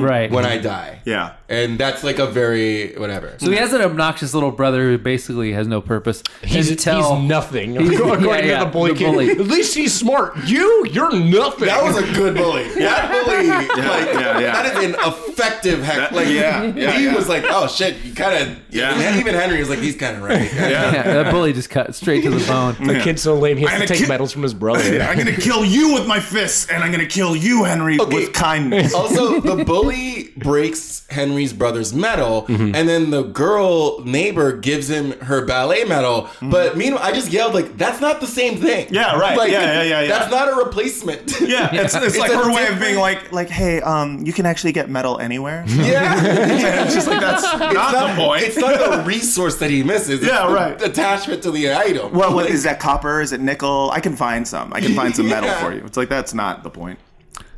Right. when I die." Yeah. Mm. and that's like a very whatever. so he has an obnoxious little brother who basically has no purpose. He's, until- he's nothing, He's- according yeah, yeah, to the boy the kid. bully. At least he's smart. You, you're nothing. that was a good bully. That bully, like, yeah, yeah. that is an effective heck. That- Like, yeah, yeah, he yeah. was like, "Oh shit, you kind of." Yeah. Yeah, even Henry was like, "He's kind of right." Yeah. Yeah, that bully just cut straight to the bone. the kid's so lame, he has I'm to a take kid- medals from his brother. I'm gonna kill you with my fists, and I'm gonna kill you, Henry, Okay. with kindness. Also, the bully breaks Henry's brother's medal, Mm-hmm. and then the girl neighbor gives him her ballet medal. But meanwhile, I just yelled like, "That's not the same thing." Mm-hmm. Yeah, right. Yeah, yeah, yeah, yeah. That's not a replacement. Yeah, it's, it's, It's like a her way of different- being like, like, hey, um, you can actually get metal anywhere. yeah. And it's just like that's not, the point. It's not the resource that he misses. It's Yeah, the right. Attachment to the item. well, what is that copper? Is it nickel? I can find some. I can find some metal Yeah. for you. It's like that's not the point.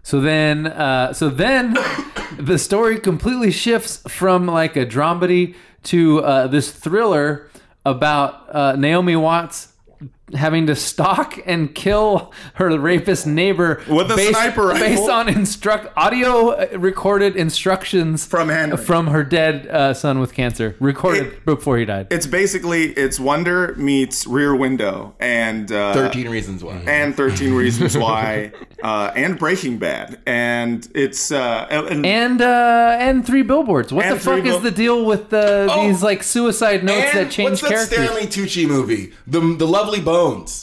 So then, uh, so then, the story completely shifts from like a dramedy to uh, this thriller about uh, Naomi Watts having to stalk and kill her rapist neighbor With a sniper rifle. based on instruct audio uh, recorded instructions From Henry. from her dead uh, son with cancer recorded It- before he died. It's basically it's Wonder meets Rear Window and uh, Thirteen reasons why. and Thirteen Reasons Why uh, and Breaking Bad and it's uh, and, and uh, and three billboards. What And the fuck Three is Bill- the deal with the, Oh! these like suicide notes And that change what's that characters? Stanley Tucci movie? The the Lovely Bones.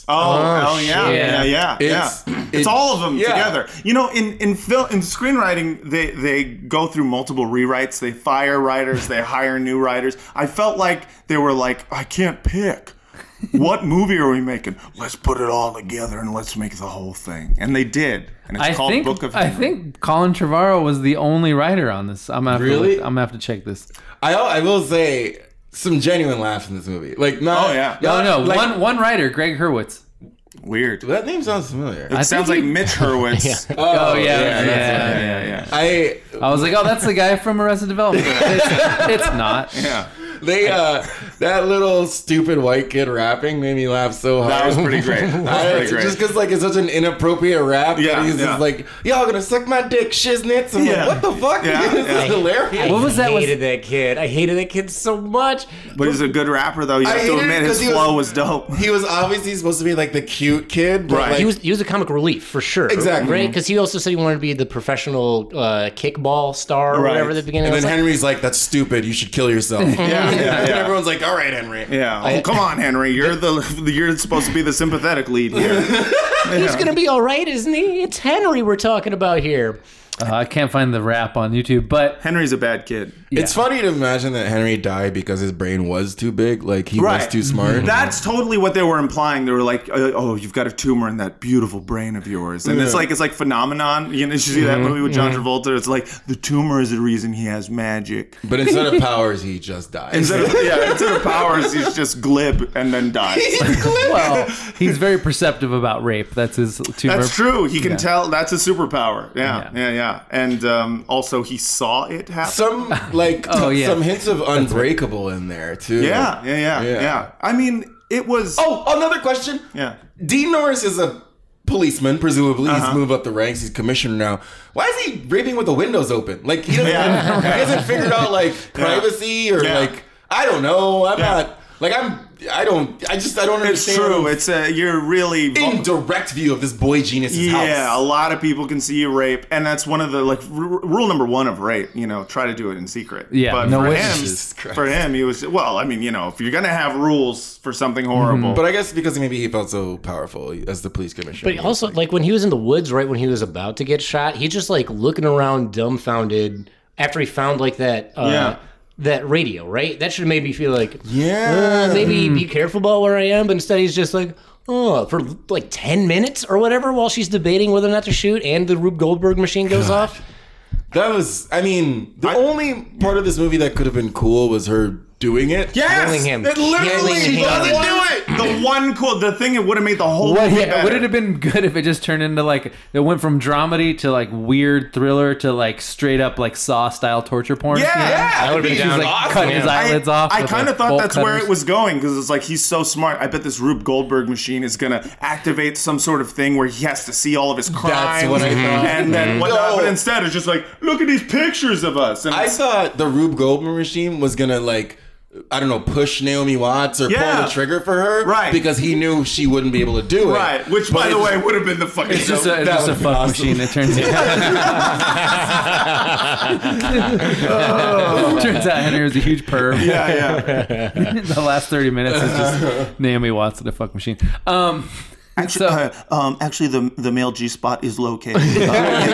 Oh, oh, yeah, shit. yeah, yeah, It's- yeah. It's, it's- all of them yeah. together. You know, in in film in screenwriting, they they go through multiple rewrites. They fire writers, they hire new writers. I felt like they were like, I can't pick. what movie are we making? Let's put it all together and let's make the whole thing. And they did. And it's I called think Book of I Henry. think Colin Trevorrow was the only writer on this. I'm gonna have Really? To look- I'm gonna have to check this. I I will say some genuine laughs in this movie. Like not. Oh, yeah. Oh not- no, like- one one writer, Greg Hurwitz. Weird. It That name sounds familiar. sounds like think he- Mitch Hurwitz. yeah. Oh, yeah, yeah, yeah, yeah, yeah, yeah, yeah. I I was like, oh, that's the guy from Arrested Development. it's, it's not. they uh that little stupid white kid rapping made me laugh so hard. That was pretty great. That was I, pretty great. just because like it's such an inappropriate rap, Yeah, yeah, he's yeah. just like, "Y'all gonna suck my dick, shiznits." I'm Yeah. like, "What the fuck? Yeah, this yeah. is hilarious." What was that? I Was- hated that kid. I hated that kid so much. but he's a good rapper though. You I have to hated it admit his 'cause he flow was- was dope. He was obviously supposed to be like the cute kid, but Right. like, He He was he was a comic relief for sure. Exactly. Right? Because he also said he wanted to be the professional uh, kickball star or Right. whatever at the beginning. and I was then like, Henry's like, "That's stupid. You should kill yourself." Yeah, yeah, And yeah. everyone's like, "All right, Henry." Yeah. Oh, come on, Henry. You're the you're supposed to be the sympathetic lead here. He's gonna be all right, isn't he? It's Henry we're talking about here. Uh, I can't find the rap on YouTube, but Henry's a bad kid. It's funny to imagine that Henry died because his brain was too big, like he was Right. Mm-hmm. too smart. That's totally what they were implying. They were like, uh, "Oh, you've got a tumor in that beautiful brain of yours," and it's like it's like phenomenon. You know, you see that movie with John Travolta. It's like the tumor is the reason he has magic. but instead of powers, he just died. Instead of, yeah, instead of powers, he's just glib and then dies. well, he's very perceptive about rape. That's his tumor. That's true. He can Yeah. tell. That's a superpower. Yeah, Yeah. yeah, yeah. And um, also, he saw it happen. some like Oh, yeah. some hints of unbreakable in there too. yeah, yeah, yeah, Yeah. yeah, I mean, it was. Oh, another question. yeah. Dean Norris is a policeman, presumably. Uh-huh. He's moved up the ranks. He's commissioner now. Why is he raping with the windows open? Like he doesn't, Yeah. he hasn't figured out like privacy or Yeah. like I don't know. I'm Yeah. not like I'm. I don't. I just I don't It's understand. true. It's a you're really in direct view of this boy genius's Yeah, a house. lot of people can see you rape, and that's one of the like r- rule number one of rape. You know, try to do it in secret. Yeah, but no for witnesses. him, for him, he was well. I mean, you know, if you're gonna have rules for something horrible, But I guess because maybe he felt so powerful as the police commissioner. But also, like when he was in the woods, right when he was about to get shot, he just like looking around, dumbfounded. After he found like that, uh, Yeah. that radio, right? That should have made me feel like, Yeah. uh, maybe Hmm. be careful about where I am. But instead, he's just like, oh, for like ten minutes or whatever, while she's debating whether or not to shoot, and the Rube Goldberg machine goes off. That was, I mean, the I- only part of this movie that could have been cool was her doing it. yes, Killing him. it Killing literally him. she doesn't do it. The one cool, the thing that would have made the whole What, movie yeah, would better. it have been good if it just turned into like it went from dramedy to like weird thriller to like straight up like Saw style torture porn? Yeah, yeah. would've been She's down. like, Like cutting his I- eyelids off. I with, kind of like, thought bolt that's where cutters. it was going because it's like he's so smart. I bet this Rube Goldberg machine is gonna activate some sort of thing where he has to see all of his crimes. what I thought. And Mm-hmm. then what? No. But instead, it's just like, look at these pictures of us. And I it's- thought the Rube Goldberg machine was going to, like, I don't know, push Naomi Watts or pull Yeah. the trigger for her. Right. Because he knew she wouldn't be able to do it. right, which by the way would have been the fucking. It's just joke. a, it's That just a would be fuck awesome. machine. It turns out. turns out Henry was a huge perv. yeah, yeah. the last thirty minutes is just Naomi Watts at a fuck machine. Um, Actually, uh, um, actually, the the male G spot is located.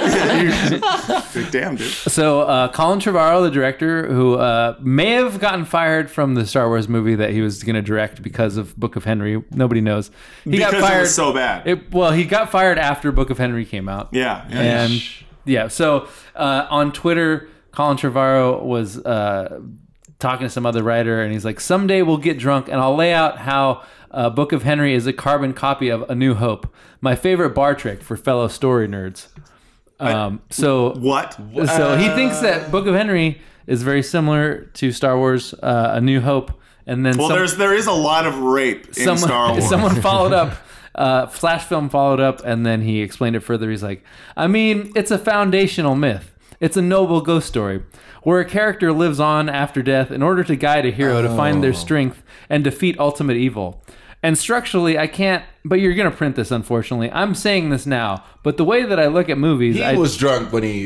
Uh, Damn, dude. so uh, Colin Trevorrow, the director, who uh, may have gotten fired from the Star Wars movie that he was going to direct because of Book of Henry. Nobody knows. He Because got fired it was so bad. It, well, he got fired after Book of Henry came out. yeah, yeah. and yeah so uh, on twitter colin trevorrow was uh, talking to some other writer and he's like someday we'll get drunk and i'll lay out how uh, book of henry is a carbon copy of a new hope my favorite bar trick for fellow story nerds um, so what? so he thinks uh, that book of henry is very similar to star wars uh, a new hope and then Well, some- there's there is a lot of rape in someone, Star Wars. someone followed up. Uh, Flash film followed up, and then he explained it further. He's like, I mean, it's a foundational myth. It's a noble ghost story where a character lives on after death in order to guide a hero to find Oh. their strength and defeat ultimate evil. And structurally, I can't. But you're gonna print this, unfortunately. I'm saying this now, but the way that I look at movies, He I, was drunk when he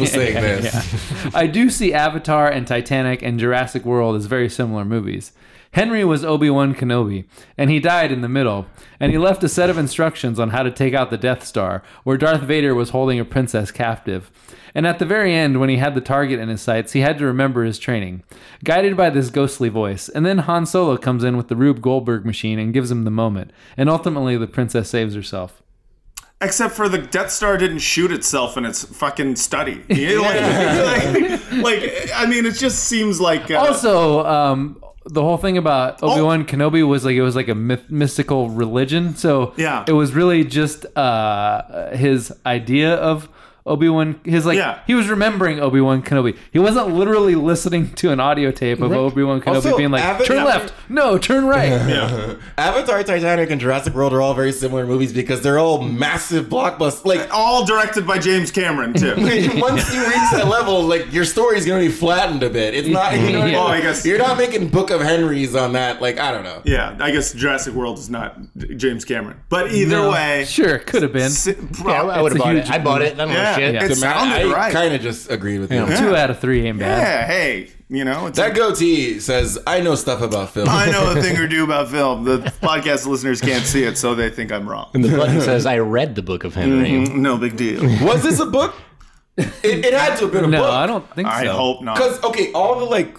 was saying this. I do see Avatar and Titanic and Jurassic World as very similar movies. Henry was Obi Wan Kenobi, and he died in the middle, and he left a set of instructions on how to take out the Death Star, where Darth Vader was holding a princess captive. And at the very end, when he had the target in his sights, he had to remember his training. Guided by this ghostly voice, and then Han Solo comes in with the Rube Goldberg machine and gives him the moment, and ultimately the princess saves herself. Except for the Death Star didn't shoot itself in its fucking study. You know, like, like, like, I mean, it just seems like. Uh, also um the whole thing about obi-wan kenobi was like it was like a myth- mystical religion so Yeah. it was really just uh his idea of obi-wan his like Yeah. he was remembering obi-wan kenobi he wasn't literally listening to an audio tape of obi-wan kenobi Also, being like Abbott- turn Abbott- left no turn right Avatar, Titanic, and Jurassic World are all very similar movies because they're all massive blockbusters. Like, all directed by James Cameron too. once you reach that level, like your story's gonna be flattened a bit. It's not. You know, what I mean? Yeah. Oh, I guess- you're not making Book of Henrys on that. Like, I don't know. yeah, I guess Jurassic World is not James Cameron, but either No. way, sure could have been si- pro- Yeah, I would have a bought huge it. I bought it. I don't yeah, know shit. it sounded I right. kind of just agreed with you. two out of three ain't bad yeah, hey, you know, it's That goatee says, "I know stuff about film." I know a thing or two about film. The podcast listeners can't see it, so they think I'm wrong. The button says, "I read the Book of Henry." No big deal. Was this a book? It, it had to have been a No, book. I don't think so. I hope not. Because okay, all the like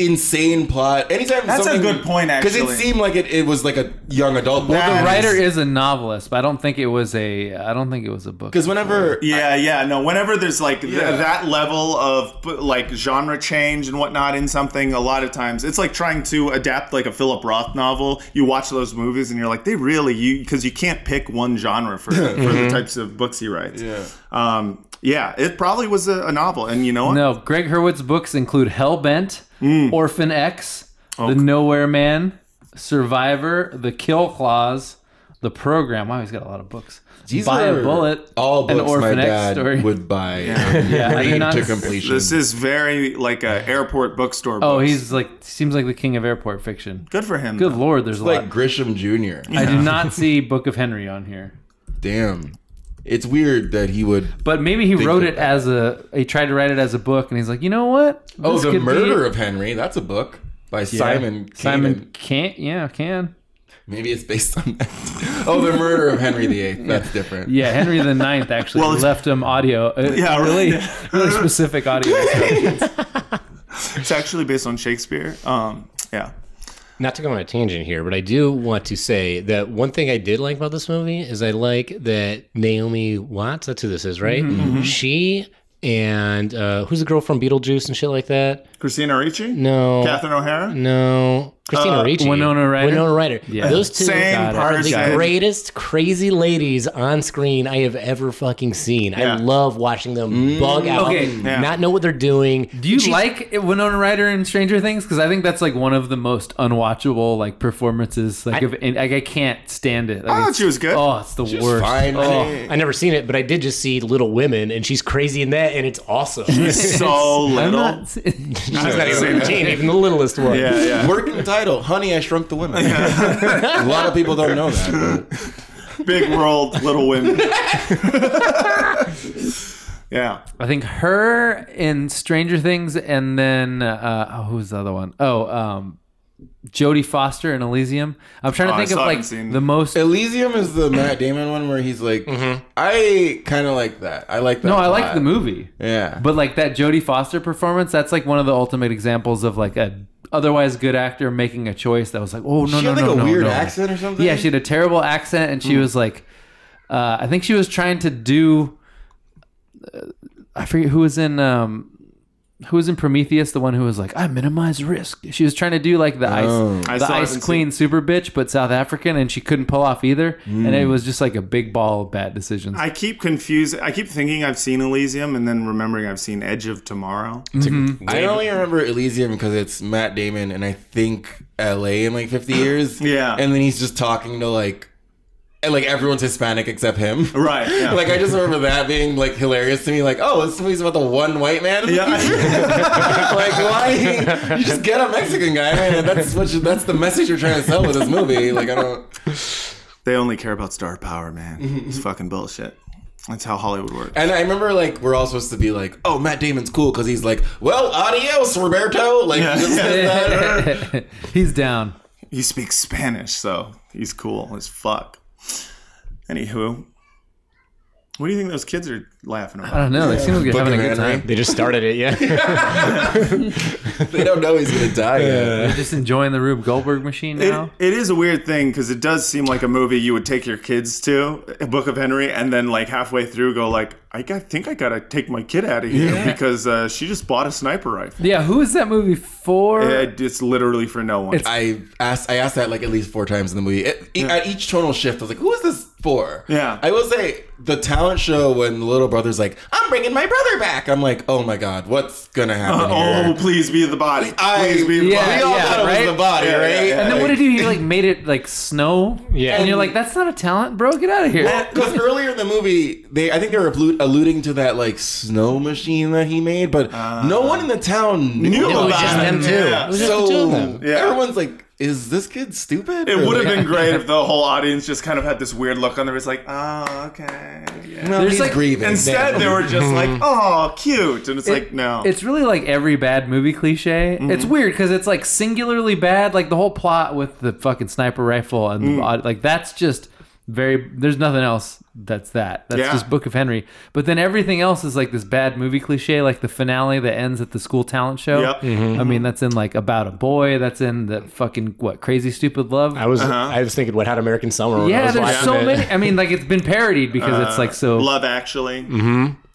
insane plot. Anytime That's a something- good point, it actually. seemed like it, it was like a young adult book. The That writer is a novelist, but I don't think it was a. I don't think it was a book. because whenever Yeah, yeah. No, whenever there's like th- Yeah. that level of like genre change and whatnot in something, a lot of times it's like trying to adapt like a Philip Roth novel. You watch those movies and you're like, they really you because you can't pick one genre for, for the types of books he writes. Mm-hmm. Yeah. Um, yeah, it probably was a, a novel, and you know what? No, Greg Hurwitz's books include Hellbent, Orphan X, The Nowhere Man, Survivor, The Kill Clause, The Program. Wow, he's got a lot of books. These Buy are a Bullet, all An books my Orphan X dad Story. would buy uh, Yeah, read you're not- to completion. This is very like a airport bookstore. Oh, books. he's like seems like the king of airport fiction. good for him. Good though. lord, there's a like lot. Grisham Jr. I do not see Book of Henry on here, Damn, it's weird that he would. but maybe he Think wrote of it as a. He tried to write it as a book, and he's like, you know what? Oh, This the could be- murder of Henry. That's a book by Simon. Kanan. Simon can't. Yeah, can. Maybe it's based on that. Oh, the murder of Henry VIII. That's different. Yeah, Henry the Ninth actually Well, it's- left him audio. uh, Yeah, really, right. really specific audio. It's actually based on Shakespeare. Um, yeah. Not to go on a tangent here, but I do want to say that one thing I did like about this movie is I like that Naomi Watts, that's who this is, right? Mm-hmm. She and uh, who's the girl from Beetlejuice and shit like that? Christina Ricci. No. Catherine O'Hara. No, Christina Ricci, Uh, Winona Ryder? Winona Ryder. Yeah. Those two Same are the person. greatest crazy ladies on screen I have ever fucking seen. I Yeah. love watching them Mm. bug out, Okay. Yeah. not know what they're doing. Do you like Winona Ryder in Stranger Things? Because I think that's like one of the most unwatchable like performances. Like, if, and, like I can't stand it. Like, I thought it's- she was good. Oh, it's the worst. Fine. Oh. I never seen it, but I did just see Little Women, and she's crazy in that, and it's awesome. she's So I'm little. not. not even 17, even the littlest one. yeah, yeah. Working title, Honey, I Shrunk the Women. a lot of people don't know that. but- Big world, little women. yeah. I think her in Stranger Things, and then uh, oh, who's the other one? Oh, um, Jodie Foster in Elysium. I'm trying to Oh, I think of still like haven't seen- the most. Elysium is the Matt Damon one where he's like, I kind of like that. I like that. No, I plot. like the movie. Yeah. But like that Jodie Foster performance, that's like one of the ultimate examples of like a otherwise good actor making a choice that was like, oh no, she no, had like no, a no, weird no. accent or something. Yeah, she had a terrible accent, and she was like, uh, I think she was trying to do. Uh, I forget who was in. Um, who was in Prometheus? The one who was like, "I minimize risk." She was trying to do like the ice, I the still ice haven't queen super bitch, but South African, and she couldn't pull off either. And it was just like a big ball of bad decisions. I keep confused. I keep thinking I've seen Elysium and then remembering I've seen Edge of Tomorrow. I only remember Elysium because it's Matt Damon and I think L.A. in like 50 years. Yeah. And then he's just talking to like, and like everyone's Hispanic except him. Right. Yeah. Like I just remember that being like hilarious to me. Like, oh, this movie's about the one white man. in the like why you just get a Mexican guy man that's what you, that's the message you're trying to sell with this movie like I don't they only care about star power, man. It's fucking bullshit. That's how Hollywood works. and I remember like we're all supposed to be like oh Matt Damon's cool because he's like well adios Roberto like Yeah. he just said that. He's down. He speaks Spanish, so he's cool as fuck. Anywho, what do you think those kids are laughing I about? don't know. They seem like they're Book having a of good Henry. time. They just started it, yeah. they don't know he's gonna die yet. They're just enjoying the Rube Goldberg machine now. It, it is a weird thing because it does seem like a movie you would take your kids to, a Book of Henry, and then like halfway through go like, I got, think I gotta take my kid out of here because uh, she just bought a sniper rifle. yeah, who is that movie for? It, it's literally for no one. I asked I asked that like at least four times in the movie. At- At each tonal shift, I was like, "Who is this for?" Yeah. I will say the talent show when the little brother's like, "I'm bringing my brother back." I'm like, "Oh my god, what's gonna happen?" oh, here? please be the body. I- please be the Yeah, we body. all yeah, thought it right? was the body, Yeah, right? yeah, and then what did he do? He like made it like snow. Yeah. And you're like, that's not a talent, bro. Get out of here. Because earlier in the movie, they I think they were allu- alluding to that like snow machine that he made, but no one in the town Ah. knew Knew about it was just it. them two. Yeah. It was just the two So of them. Yeah. everyone's like, "Is this kid stupid?" It Or, would have like, been great if the whole audience just kind of had this weird look on their face, like, oh, okay. yeah." No, There's, he's like- grieving. Instead, Damn. they were just like, oh, cute. And it's like, It- no. Mm-hmm. It's really like every bad movie cliche. It's weird because it's like Mm. singularly bad. Like the whole plot with the fucking sniper rifle and the, like that's just very there's nothing else that's that that's Yeah. just book of henry but then everything else is like this bad movie cliche like the finale that ends at the school talent show Yep. Mm-hmm. i mean that's in like about a boy that's in the fucking what crazy stupid love I Uh-huh. was I was thinking what had American Summer. When I yeah was there's watching so it. many i mean like it's been parodied because it's like so Love Actually.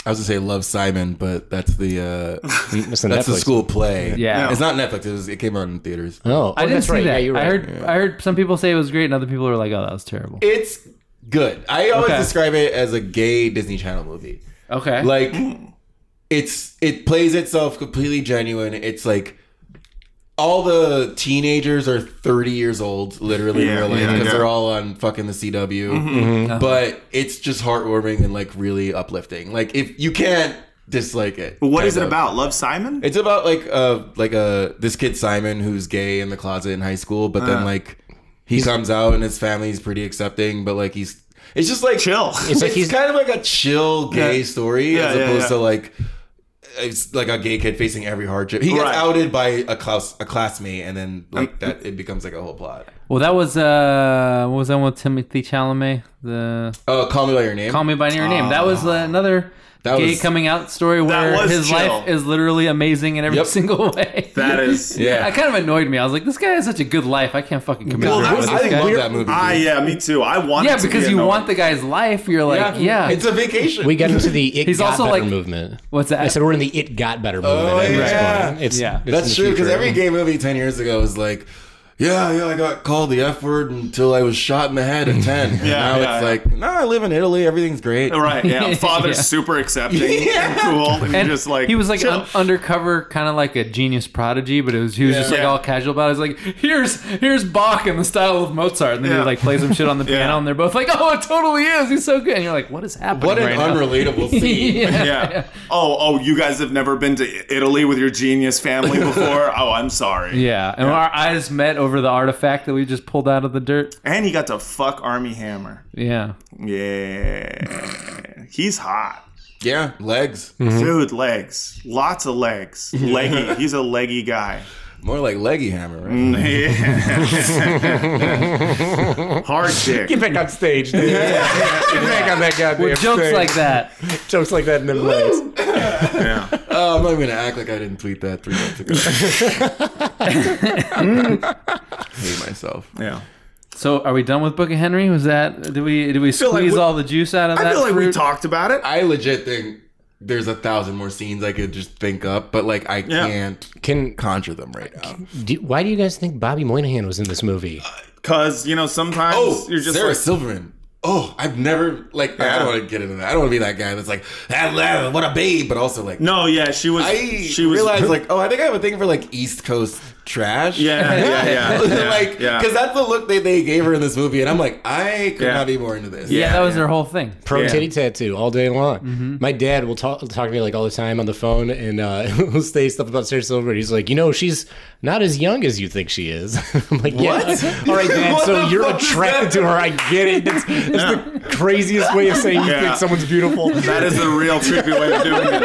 I was gonna say Love Simon, but that's the uh, It's on that's the Netflix. school play. Yeah. it's not Netflix. It, was, it came out in theaters. Oh, I oh, didn't that's see right. that. Yeah, you're right. I heard I heard some people say it was great, and other people were like, "Oh, that was terrible." It's good. I always Okay. describe it as a gay Disney Channel movie. Okay, Like it's it plays itself completely genuine. It's like all the teenagers are 30 years old literally Yeah, in real life yeah, Mm-hmm. because yeah. they're all on fucking the CW. But it's just heartwarming and like really uplifting. Like if you can't dislike it. But what is it kind of. about? Love Simon? It's about like uh like a this kid Simon who's gay in the closet in high school, but Uh. then like he comes out and his family's pretty accepting, but like he's it's just like Chill. It's, like he's- kind of like a chill gay Yeah. story Yeah, as yeah, opposed yeah. to like it's like a gay kid facing every hardship. He gets Right. Um, outed by a class a classmate, and then like that it becomes like a whole plot. well, that was uh, what was that one with Timothy Chalamet? The Oh, call me by your name. Call Me by Your Name. That was uh, Ah. another That gay was- coming out story where was his chill. life is literally amazing in every Yep. single way. That is. yeah. that kind of annoyed me. I was like, "This guy has such a good life. I can't fucking commit." Well, to that it was with the this thing. I guy." love that movie. Ah, yeah, me too. I want. uh, Yeah, it to because be you annoying. want the guy's life. You're like, yeah, it's a vacation. We got into the it He's got also better like- movement. What's that? I said we're in the it got better movement. Oh, at this yeah. point. It's, Yeah. it's in That's the true because future. every gay movie ten years ago was like, yeah, yeah, I got called the F word until I was shot in the head at ten. And Yeah, now yeah, it's yeah. like, no, I live in Italy, everything's great. Right. Yeah. Father's Yeah. super accepting and cool. And, And just like he was like chill. un- undercover, kind of like a genius prodigy, but it was he was just like Yeah. all casual about. it. He was like, "Here's here's Bach in the style of Mozart," and then Yeah. he like plays some shit on the Yeah. piano, and they're both like, "Oh, it totally is. He's so good." And you're like, "What is happening?" What an right now?" unrelatable scene. yeah. yeah. Oh, oh, you guys have never been to Italy with your genius family before. oh, I'm sorry. Yeah, and our eyes met over the artifact that we just pulled out of the dirt. And he got to fuck Army Hammer. Yeah, Yeah. He's hot. Yeah, legs. Mm-hmm. Mm-hmm. Dude, legs. Lots of legs. Leggy. He's a leggy guy. More like leggy hammer, right? Mm-hmm. Hard dick. Get back on stage, dude. Get back on that goddamn with jokes stage. like that. jokes like that in them legs. Oh, I'm not even gonna act like I didn't tweet that three months ago. Hate myself. Yeah. So, are we done with Book of Henry? Was that did we did we feel like squeeze we- all the juice out of that? I feel like we fruit? talked about it. I legit think there's a thousand more scenes I could just think up, but like I can't Can conjure them right now. do, why do you guys think Bobby Moynihan was in this movie? Cause, you know, sometimes Oh, you're just Sarah like, Silverman. Oh, I've never like I don't want to get into that. I don't want to be that guy that's like "Ah, la, what a babe, but also like No, yeah, she was I she was realized like oh I think I have a thing for like East Coast trash. Yeah, yeah, yeah. yeah, like yeah. because that's the look that they gave her in this movie, and I'm like I could Yeah. not be more into this. Yeah, that was yeah. their whole thing. Pro Yeah. titty tattoo all day long. My dad will talk talk to me like all the time on the phone, and uh, he'll say stuff about Sarah Silverman. He's like, you know, she's not as young as you think she is. I'm like, yeah. All right, Dad. What so the you're fuck is attracted that? to her. I get it. That's, that's the craziest way of saying you Yeah. think someone's beautiful. that is the real creepy way of doing it.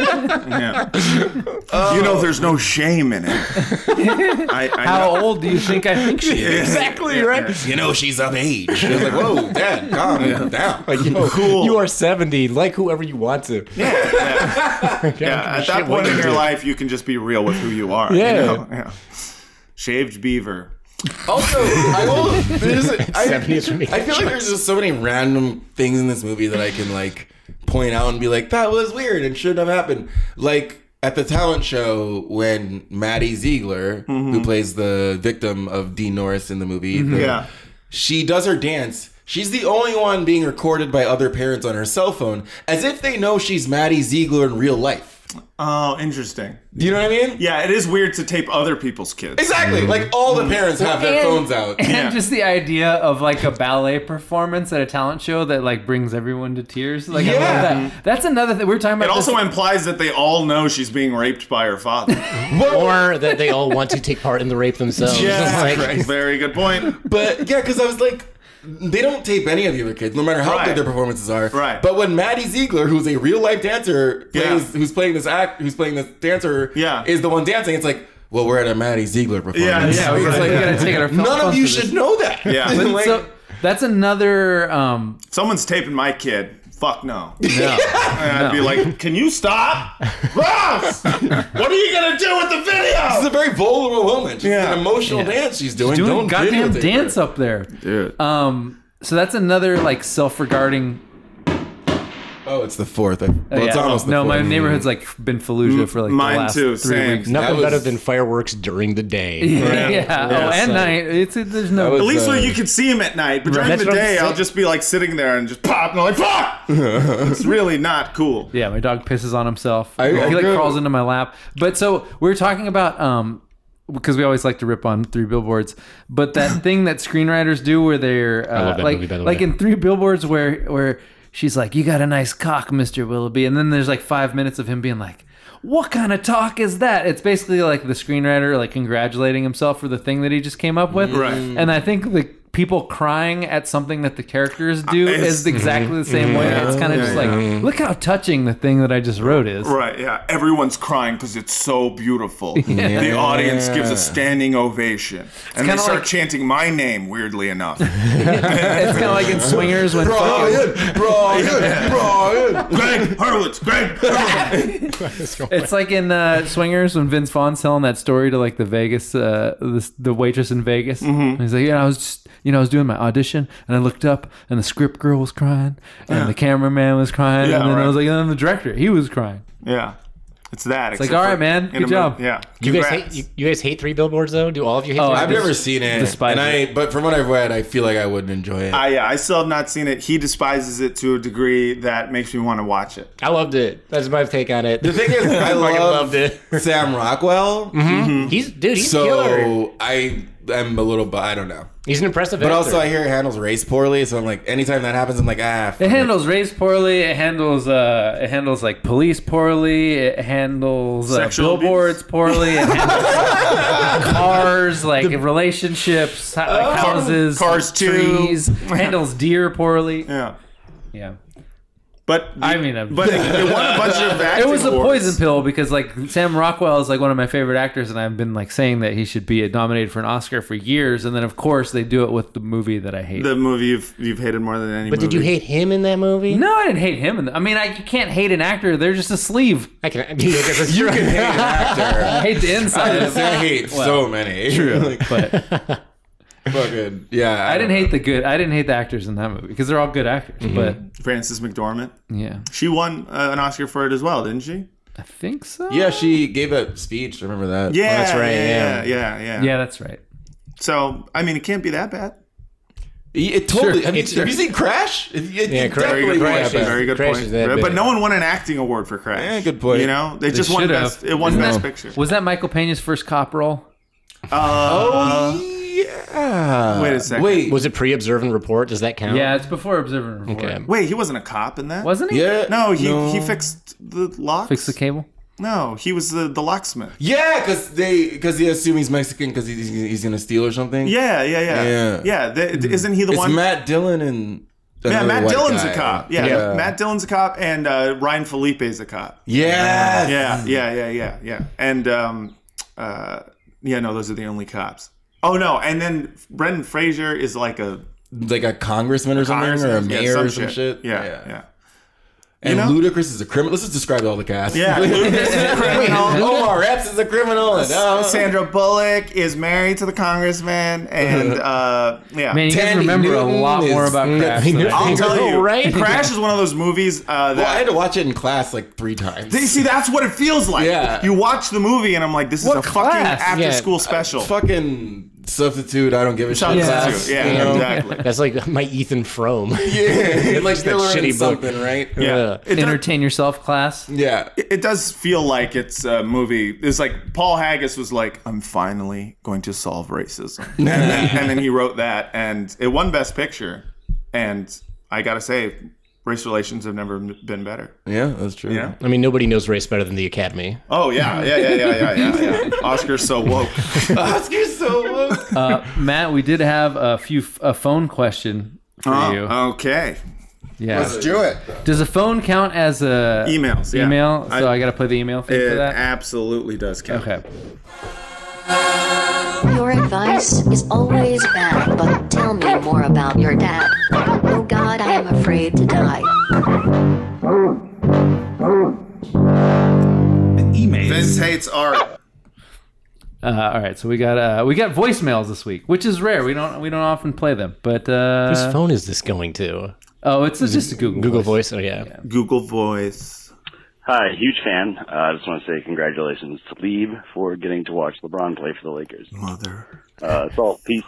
Oh. Yeah. You know, there's no shame in it. I, I How know. old do you think I think she is? exactly right. You know she's of age. I was like, Oh, whoa, Dad, calm down. Like, you know, Cool. you are 70. Like whoever you want to. Yeah. Yeah, at that point in your life, you can just be real with who you are. you Yeah. know? yeah. Shaved beaver. Also, I will. There's, I, 70 is for me. I feel like there's just so many random things in this movie that I can like point out and be like, that was weird and shouldn't have happened. Like at the talent show when Maddie Ziegler, Mm-hmm. who plays the victim of Dean Norris in the movie, the- Yeah. she does her dance. She's the only one being recorded by other parents on her cell phone, as if they know she's Maddie Ziegler in real life. Oh, interesting. Do you know what I mean? Yeah, it is weird to tape other people's kids. Exactly. Like all Mm-hmm. the parents have their phones out. And Yeah. just the idea of like a ballet performance at a talent show that like brings everyone to tears. Like I love Yeah. that. That's another thing we were talking It about. also this- implies that they all know she's being raped by her father. Or that they all want to take part in the rape themselves. Like, Very good point. But yeah, because I was like, they don't tape any of the other kids, no matter how Right. good their performances are. Right. But when Maddie Ziegler, who's a real life dancer, plays, Yeah. who's playing this act, who's playing this dancer, Yeah. is the one dancing. It's like, well, we're at a Maddie Ziegler performance. Yeah, yeah, It's right. like, We gotta take it our None of you this. should know that. Yeah. Like, so That's another. Um, Someone's taping my kid. Fuck no. And I'd be like, can you stop? Ross! what are you going to do with the This is video? a very vulnerable woman. She's Yeah. an emotional dance she's doing. doing Don't goddamn videotape dance her. up there. Dude. Um, so that's another like self-regarding. Oh, it's the fourth. I, well, it's Yeah. almost the no, fourth. my neighborhood's like been Fallujah for like Mine the last too, three same. weeks. Nothing That was- better than fireworks during the day. yeah. Oh, and night. It's it, there's no. was- At least uh, where you can see him at night, but during That's the what I'm day, I'll saying. just be like sitting there and just pop, and I'm like, fuck! it's really not cool. Yeah, my dog pisses on himself. I- he like I- crawls into my lap. But so we were talking about um because we always like to rip on three billboards, but that thing that screenwriters do where they're uh, love that like movie, by the like way. in three billboards where where she's like, "You got a nice cock, Mister Willoughby," and then there's like five minutes of him being like. What kind of talk is that? It's basically like the screenwriter like congratulating himself for the thing that he just came up with. Right. And I think the people crying at something that the characters do I- is exactly the same way. It's kind of Yeah, just like Look how touching the thing that I just wrote is. Right, yeah. Everyone's crying because it's so beautiful. The audience gives a standing ovation. and they kinda start like- chanting my name, weirdly enough. It's kind of like in Swingers when fucking- Brian, Brian, Brian. Greg Hurwitz, Greg Hurwitz. it's like in uh, Swingers when Vince Vaughn's telling that story to like the Vegas, uh, the, the waitress in Vegas. Mm-hmm. And he's like, yeah, I was just, you know, I was doing my audition and I looked up and the script girl was crying and the cameraman was crying Yeah, and then I right. was like, and then the director, he was crying. yeah. It's that. It's like, all right, man, good job. Yeah. You guys Congrats. hate you, you guys hate three billboards though? Do all of you hate Oh, three I I've Des- never seen it, despise and I. But from what I've read, I feel like I wouldn't enjoy it. I, yeah, I still have not seen it. He despises it to a degree that makes me want to watch it. I loved it. That's my take on it. the thing is, I Mm-hmm. fucking loved love it. Sam Rockwell, he's dude, he's a killer. so I am a little. But I don't know. He's an impressive But actor. also, I hear it handles race poorly, so I'm like, anytime that happens, I'm like, ah. fuck It handles race poorly. It handles uh, it handles like police poorly. It handles uh, Sexual abuse. billboards poorly. It handles cars, like relationships, ho- like houses, Oh. cars too. trees. Handles deer poorly. Yeah. Yeah, But I mean, I'm- but it, it won a bunch of it was a acting awards. poison pill because like Sam Rockwell is like one of my favorite actors, and I've been like saying that he should be nominated for an Oscar for years. And then of course they do it with the movie that I hate. The movie you've you've hated more than any. but did you hate him in that movie? no, I didn't hate him. in the- I mean, I you can't hate an actor. They're just a sleeve. I can. You You can hate I an actor. hate the inside. of I hate so many. True. like, but fucking, yeah. I didn't hate the good. I didn't hate the actors in that movie because they're all good actors. Frances McDormand? But yeah, She won uh, an Oscar for it as well, didn't she? I think so. Yeah, she gave a speech. Remember that? Yeah, that's right, Yeah, yeah. yeah, yeah. yeah, that's right. So I mean, it can't be that bad. It totally. Sure, have, you, it's- have you seen Crash? It, it Yeah, it Crash. Very definitely good wasn't Crash that is- bad. Very good Crash point. is that But big. no one won an acting award for Crash. Yeah, good point. You know, they, just won should have. best. It won No. best picture. Was that Michael Pena's first cop role? Uh, Yeah. Wait a second. Wait. Was it pre-observe and report? Does that count? Yeah, it's before Observer and Report. Okay. wait, he wasn't a cop in that, Wasn't he? yeah. No, he he fixed the locks. Fix the cable. No, he was the the locksmith. Yeah, because they because they assume he's Mexican because he's, he's gonna steal or something. Yeah, yeah, yeah, Yeah. the, isn't he the It's one? Matt Dillon and. yeah, another Matt white Dillon's guy. a cop. Yeah, Yeah. Matt Dillon's a cop, and uh, Ryan Felipe's a cop. Yes. Yeah, yeah, yeah, yeah, yeah. And um, uh, yeah, no, those are the only cops. Oh no, and then Brendan Fraser is like a Like a congressman or something, or a congressman, mayor yeah, or some shit. Yeah, yeah, And know? Ludacris is a criminal. Let's just describe all the cast. yeah. Lucas is a criminal. Omar Epps is a criminal. And, uh, Sandra Bullock is married to the congressman, and uh, yeah. Man, you guys Tandy remember a Newton lot is- more about Crash. than I I'll tell you, Right? Crash is one of those movies uh, Well, I had that. to watch it in class like three times. They see that's what it feels like. Yeah. You watch the movie and I'm like, this is What a fucking class? after Yeah. school special. fucking substitute. I don't give a shit. Substitute, class, yeah, you know? exactly. That's like my Ethan Frome. Yeah, like Just they're that learning shitty book. something, right? Yeah. Ugh. It does- Entertain yourself class. Yeah. it does feel like it's a movie. It's like Paul Haggis was like, "I'm finally going to solve racism," and then, and then he wrote that, and it won Best Picture. And I gotta say, race relations have never been better. Yeah, that's true. Yeah. I mean, nobody knows race better than the Academy. Oh yeah, yeah, yeah, yeah, yeah, yeah. yeah. Oscar's so woke. Oscar's so woke. Uh, Matt, we did have a few a phone question for Uh-huh. you. Oh, okay, yeah. do it. Does a phone count as a emails. Yeah. email? So I, I- Uh, got to play the email thing for it that. absolutely does count. Okay. Your advice is always bad, but tell me more about your dad. Oh god, I am afraid to die. Emails. Vince hates art. Uh, all right, so we got uh, we got voicemails this week, which is rare. We don't we don't often play them, but uh, Whose phone is this going to? oh, it's just a Google Google Voice. Oh yeah. Google Voice. Hi, huge fan. Uh, I just want to say congratulations to Leeb for getting to watch LeBron play for the Lakers. Oh, Mother. Uh, salt, peace.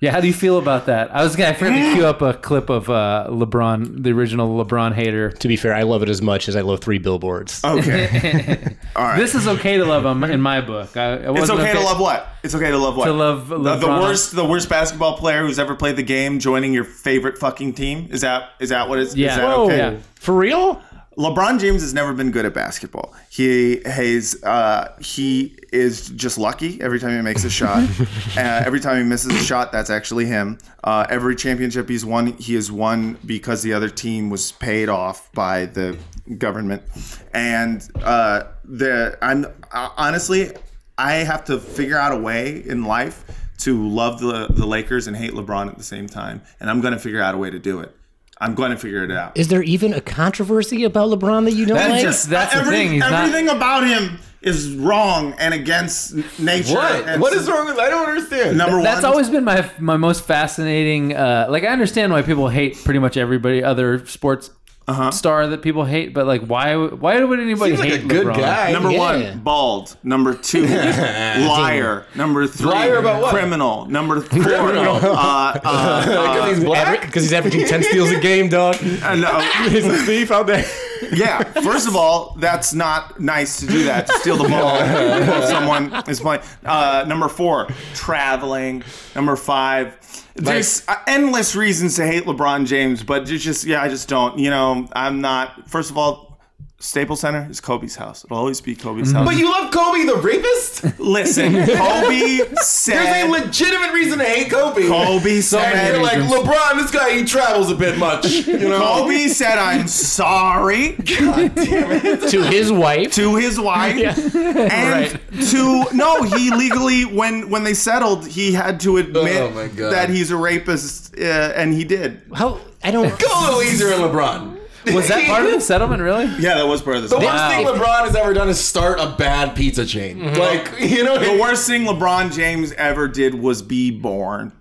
Yeah, how do you feel about that? I was gonna I forgot to queue up a clip of uh, LeBron, the original LeBron hater. To be fair, I love it as much as I love Three Billboards. Okay. All right. This is okay to love him in my book. I, it it's wasn't okay to love what? It's okay to love what? To love the, the LeBron. worst, the worst basketball player who's ever played the game, joining your favorite fucking team. Is that is that what it's? Yeah. Is that Whoa. okay? Yeah. For real? LeBron James has never been good at basketball. He has uh, he is just lucky every time he makes a shot. uh, every time he misses a shot, that's actually him. Uh, every championship he's won, he has won because the other team was paid off by the government. And uh, the I'm uh, honestly, I have to figure out a way in life to love the the Lakers and hate LeBron at the same time. And I'm going to figure out a way to do it. I'm going to figure it out. Is there even a controversy about LeBron that you don't That's like? just- that's the thing, he's not- everything about him is wrong and against n- nature. What? And What is wrong with? I don't understand. Number one. That's always been my my most fascinating. Uh, like I understand why people hate pretty much everybody other sports Uh-huh. star that people hate, but like why why would anybody He's like a hate good LeBron? guy. Number Yeah. one, bald. Number two, liar. Number three, Liar about what? criminal. Number four, uh, uh, Because he's black. Because he's averaging 10 steals a game, dog. uh, no. He's a thief out there. Yeah. First of all, that's not nice to do that. To steal the ball while someone is playing. Uh, number four, traveling. Number five, there's uh, endless reasons to hate LeBron James, but it's just yeah, I just don't. You know, I'm not. First of all, Staples Center is Kobe's house. It'll always be Kobe's house. Mm-hmm. But you love Kobe the rapist? listen, Kobe There's a said. legitimate reason to hate Kobe. Kobe said. And you're like LeBron. This guy he travels a bit much. You know. Kobe Oh, said, "I'm sorry." to his wife. to his wife and to no he legally when when they settled he had to admit Oh, my God. that he's a rapist uh, and he did How? I don't. Go Easier and LeBron. Was that part of the settlement? Really? yeah that was part of The the worst thing LeBron has ever done is start a bad pizza chain. Like you know. the worst thing LeBron James ever did was be born.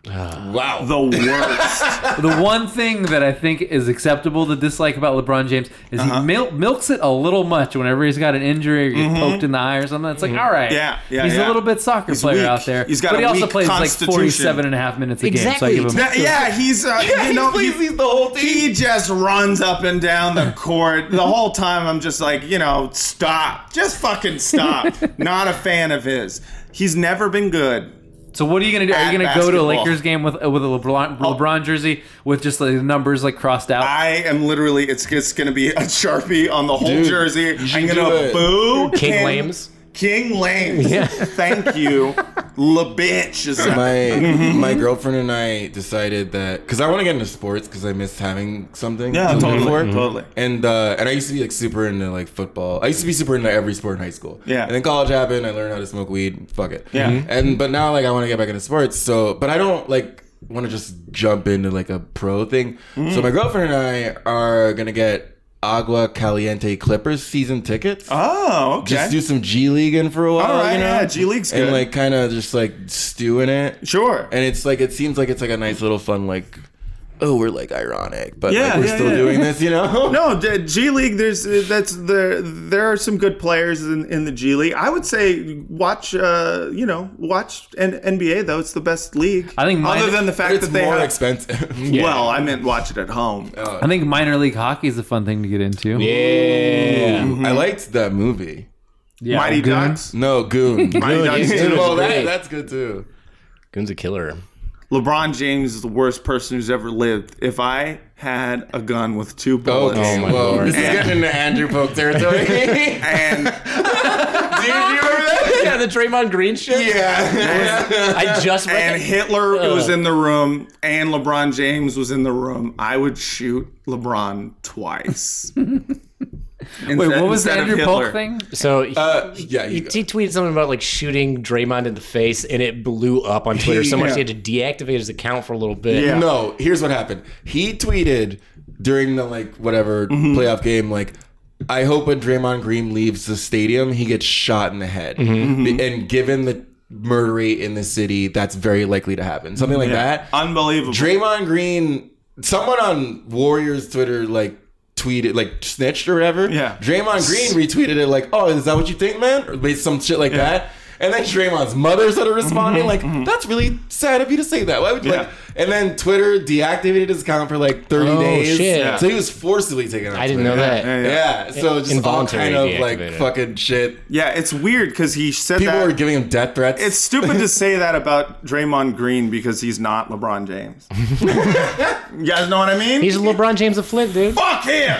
wow. The worst. The one thing that I think is acceptable to dislike about LeBron James is Uh-huh. he mil- milks it a little much whenever he's got an injury or gets poked in the eye or something. It's like, all right, Mm-hmm. Yeah, yeah, he's yeah. a little bit soccer He's player weak. out there. He's got but a he also weak plays like constitution. 47 and a half minutes a Exactly. game. So I give him. That- yeah, he's uh, you know he plays the whole team. He just runs up and down the court the whole time. I'm just like, you know, stop, just fucking stop. Not a fan of his. He's never been good. So what are you going to do? Are At you going to go to a basketball. Oh. Lakers game with with a LeBron, LeBron jersey with just like, the numbers like crossed out? I am literally. It's just gonna be a sharpie on the whole Dude, jersey. you I'm should gonna do it. boo King Lames. King Lames. Thank you, la bitch. Is that- my Mm-hmm. my girlfriend and I decided that because I want to get into sports because I miss having something. yeah, to live totally, Mm-hmm. for. totally. And uh, and I used to be like super into like football. I used to be super into every sport in high school. Yeah. And then college happened. I learned how to smoke weed. Fuck it. Yeah. Mhm. And but now like I want to get back into sports. So but I don't like want to just jump into like a pro thing. So Mm. my girlfriend and I are gonna get Agua Caliente Clippers season tickets Oh, okay. just do some G League in for a while. All right, you know? yeah, G League's good. And like kind of just like stew in it. Sure. And it's like it seems like it's like a nice little fun like, oh we're like ironic, but Yeah, like, we're yeah, still yeah. doing this, you know? no, the G League. There's uh, that's there. There are some good players in, in the G League. I would say watch. Uh, you know, watch N- NBA though. It's the best league. I think mine- other than the fact It's that they more have. expensive. Well, I meant watch it at home. I think minor league hockey is a fun thing to get into. Yeah. I liked that movie. Yeah, Mighty Goon. Ducks. No, Goon. Mighty Ducks. yeah. too. well, great. that, that's good too. Goon's a killer. LeBron James is the worst person who's ever lived. If I had a gun with two bullets, Okay, Oh, my well, lord. this is getting into Andrew Pope territory. Do you remember and that? Yeah, the Draymond Green shit. Yeah. I just and read Hitler was in the room and LeBron James was in the room, I would shoot LeBron twice. Wait, what was the instead of Andrew Hitler. Polk thing? So he, Uh, yeah, he, you go. he tweeted something about like shooting Draymond in the face, and it blew up on Twitter so much Yeah. he had to deactivate his account for a little bit. Yeah. No, here's what happened. He tweeted during the like whatever playoff game, like, I hope when Draymond Green leaves the stadium, he gets shot in the head. And given the murder rate in the city, that's very likely to happen. Something like that. Unbelievable. Draymond Green, someone on Warriors Twitter like tweeted, like snitched or whatever. Yeah. Draymond Green retweeted it like, "Oh, is that what you think, man?" Or made some shit like that. And then Draymond's mother started responding like, "That's really sad of you to say that. Why would you like?" And then Twitter deactivated his account for like 30 Oh, days. shit. Yeah. So he was forcibly taken off. I didn't know that. Twitter. Yeah, Yeah. So just all Involuntary kind of like deactivated. fucking shit. Yeah, it's weird because he said People that. were giving him death threats. it's stupid to say that about Draymond Green because he's not LeBron James. you guys know what I mean? He's LeBron James of Flint, dude. fuck him.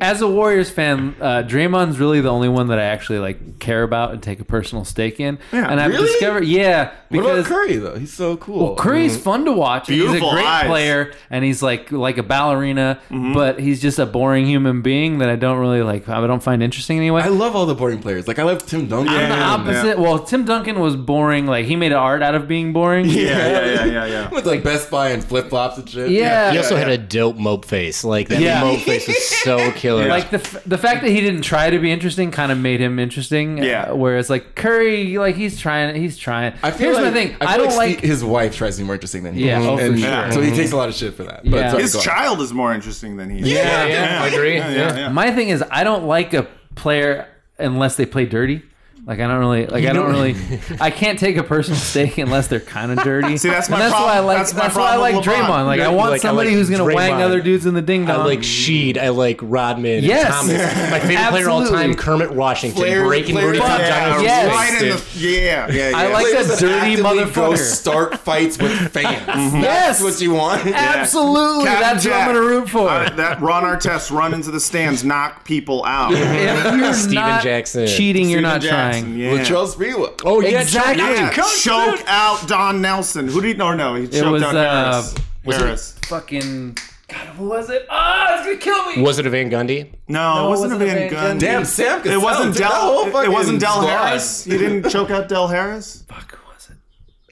As a Warriors fan, uh, Draymond's really the only one that I actually like care about and take a personal stake in. Yeah, and I've really? discovered, yeah, what because about Curry Mm-hmm. though? He's so cool. Well, Curry's fun to watch. and he's a Beautiful great eyes. player, and he's like like a ballerina, Mm-hmm. but he's just a boring human being that I don't really like. I don't find interesting anyway. I love all the boring players. Like I love Tim Duncan. I'm the the opposite. Well, Tim Duncan was boring. Like he made art out of being boring. Yeah, yeah, yeah, yeah, yeah. With like Best Buy and flip flops and shit. Yeah. He also had a dope mope face. Like that Yeah. mope face was so killer. Like the, f- the fact that he didn't try to be interesting kind of made him interesting. uh, Yeah. whereas like Curry, like he's trying, he's trying. I feel Here's like, my thing. I, I, feel don't like. Steve- his wife tries to be more interesting than he. Yeah, is. oh, for And sure. So he takes a lot of shit for that. Yeah. But sorry, His go on. child is more interesting than he is. yeah, I agree. Yeah, yeah, yeah. my thing is I don't like a player unless they play dirty. Like I don't really, like I don't really, I can't take a personal stake unless they're kind of dirty. See, that's my and that's why I problem. like That's that's, my why I problem like with LeBron. Draymond. Like I You're want like, I somebody like who's gonna wang Draymond. other dudes in the ding I dong. like Sheed. I like Rodman. and Um, Yes. Thomas. My favorite player of all Absolutely. time, Kermit Washington, Flair- breaking Flair- Rudy Yeah, Tomjanovic's yes. face, Right in dude. the yeah, yeah, yeah. I like Players that that dirty actively Go motherfucker. start fights with fans. That's Yes. what you want. Absolutely, Captain that's Jack. what I'm gonna root for. Uh, that Ron Artest run into the stands, knock people out. if you're Steven not Jackson. cheating, you're Steven not Jackson, trying. Yeah. Latrell Sprewell. Oh yeah, Exactly. Chuck- Yeah, Chuck- choke out Don Nelson. Who did? No, no, he choked was, out uh, Harris. Harris. Fucking God, who was it? Ah, it's gonna kill me. Was it a Van Gundy? No, it wasn't, wasn't a Van Van Gundy. Gundy. Damn, Sam. It Cassell, wasn't dude, that whole Del. It, it fucking wasn't Del squad. Harris. He didn't choke out Del Harris. Fuck, who was it?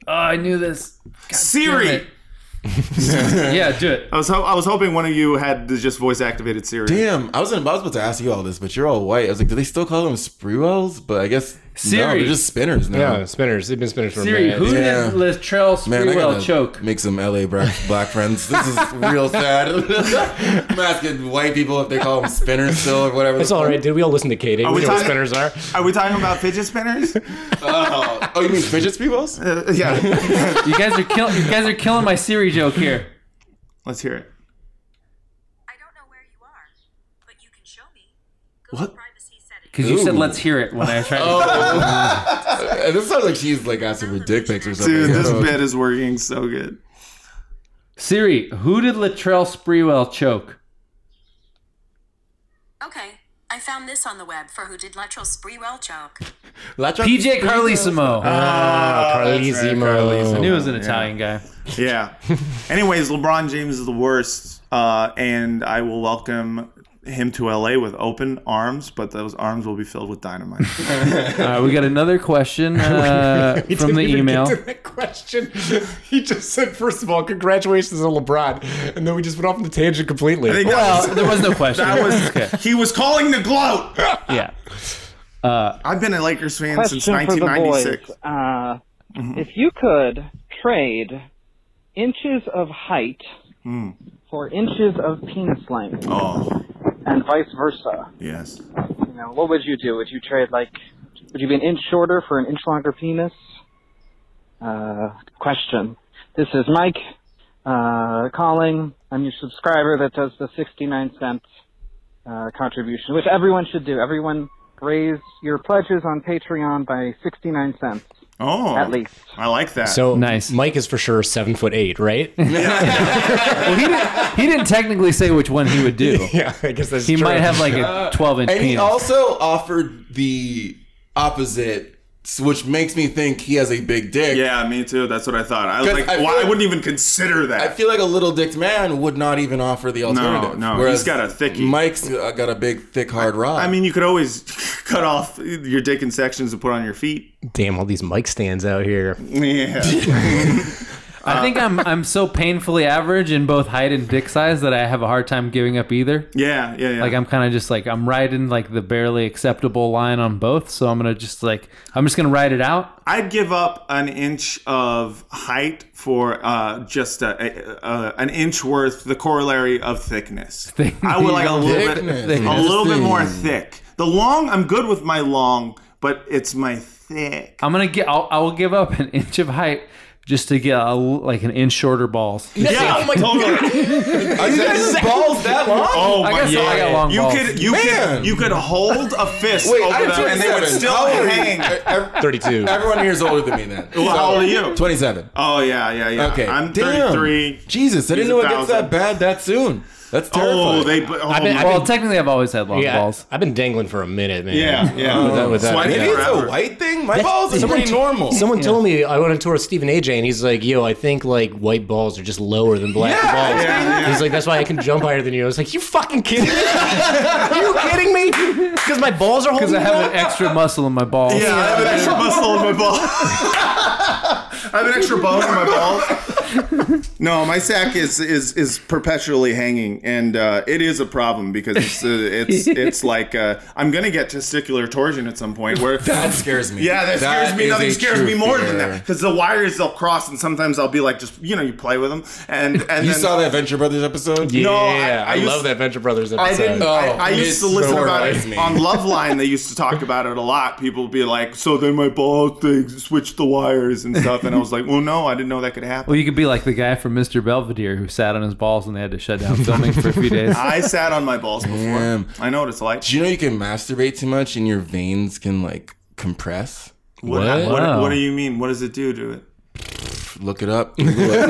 Oh, I knew this. God damn Siri. it. yeah, do it. I was ho- I was hoping one of you had the just voice activated Siri. Damn, I was, in, I was about to ask you all this, but you're all white. I was like, do they still call them Sprewells? But I guess no, Siri. they're just spinners now. Yeah, spinners. They've been spinners for a Siri, minute. who Yeah. did Latrell Man, I Sprewell gotta choke? make some LA black, black friends. This is real sad. I'm asking white people if they call them spinners still or whatever. It's all right, dude. We all listen to Katie. We, we know what talking- spinners are. Are we talking about fidget spinners? Oh, oh, you mean fidget spinners? Uh, yeah. You guys are killing. You guys are killing my Siri joke here. Let's hear it. I don't know where you are, but you can show me. Go what? to privacy settings. Because you said Ooh. let's hear it when I tried. To- Uh, This sounds like she's like asking for dick pics or something. Dude, this Oh. bit is working so good. Siri, who did Latrell Sprewell choke? Okay, I found this on the web for who did lateral Sprewell choke. Latra- PJ Carlissimo. Ah, I Carlissimo. knew it was an Italian guy. Yeah. Anyways, LeBron James is the worst, uh, and I will welcome him to LA with open arms, but those arms will be filled with dynamite. All right, we got another question uh, He from didn't the even email. Get to that question. He just said, first of all, congratulations on LeBron, and then we just went off on the tangent completely. think Well, that was, there was no question. that was okay. he was calling the gloat. Yeah. I've been a Lakers fan since Question for the 1996. boys. Uh, If you could trade inches of height for inches of penis length, Hmm. Oh, and vice versa, yes. you know, what would you do? Would you trade like? Would you be an inch shorter for an inch longer penis? Uh, question. This is Mike uh, calling. I'm your subscriber that does the 69 cent uh, contribution, which everyone should do. Everyone raise your pledges on Patreon by 69 cents Oh, at least. I like that. So Nice. Mike is for sure seven foot eight, right? Well, he didn't. He didn't technically say which one he would do. yeah, I guess that's He true. might have like a 12 inch And he penis. also offered the opposite s- which makes me think he has a big dick. Yeah, me too. That's what I thought. I was 'Cause like, I feel why, I like- wouldn't even consider that. I feel like a little dicked man would not even offer the alternative. no, he's got a thickie. Mike's uh, got a big thick hard rod. I mean, you could always cut off your dick in sections and put on your feet. Damn, all these mic stands out here. Yeah. I think I'm I'm so painfully average in both height and dick size that I have a hard time giving up either. Yeah, yeah, yeah. Like I'm kind of just like I'm riding like the barely acceptable line on both, so I'm gonna just like I'm just gonna ride it out. I'd give up an inch of height for uh, just a, a, a, an inch worth the corollary of thickness. I would like a little Thickness. bit, a little bit more Interesting. thick. The long, I'm good with my long, but it's my thick. I'm gonna get I'll, I'll give up an inch of height just to get a, like an inch shorter balls. Yeah, totally. Are you guys balls that long? Oh I my guess so. I got long You balls. could, you Man. could, you could hold a fist Wait, over I'm them, and they would 27. still How old are you? hang. Thirty-two. Everyone here is older than me then. Well, how old are you? Twenty-seven. Oh yeah, yeah, yeah. Okay. I'm Damn. 33. Jesus, I didn't He's know a it gets thousand. that bad that soon. That's terrifying. Oh, they. Oh, I've been- I've well, been- technically, I've always had long yeah, balls. I've been dangling for a minute, man. Yeah, yeah. With that- with that- Swiping yeah. Maybe it's forever. a white thing. My balls are pretty t- normal. Someone told me I went on tour with Stephen AJ, and he's like, "Yo, I think like white balls are just lower than black balls." yeah, yeah. He's like, "That's why I can jump higher than you." I was like, "You fucking kidding me? you kidding me? Because my balls are Because holding I me have back? an extra muscle in my balls. Yeah, I have an extra muscle in my ball. I have an extra bone in my balls. No, my sack is is is perpetually hanging, and uh, it is a problem because it's uh, it's it's like uh, I'm gonna get testicular torsion at some point. Where that scares me. yeah, that scares me. is Nothing a scares true me more than fear. that because the wires they'll cross, and sometimes I'll be like, just you know, you play with them, and and You then, saw that Venture Brothers episode? Yeah, No, I, I- I used- love that Venture Brothers I episode. didn't. I, I Oh, used to it's listen about horrifies it me. on Loveline. They used to talk about it a lot. People would be like, "So then my balls they switched the wires and stuff," and I was like, "Well, no, I didn't know that could happen." Well, you could be like the guy from Mr. Belvedere who sat on his balls and they had to shut down filming for a few days. I sat on my balls before. Damn. I know what it's like. Do you know you can masturbate too much and your veins can like compress? What? What? What, what, Wow. do you mean? What does it do to it? Look it up. Google it,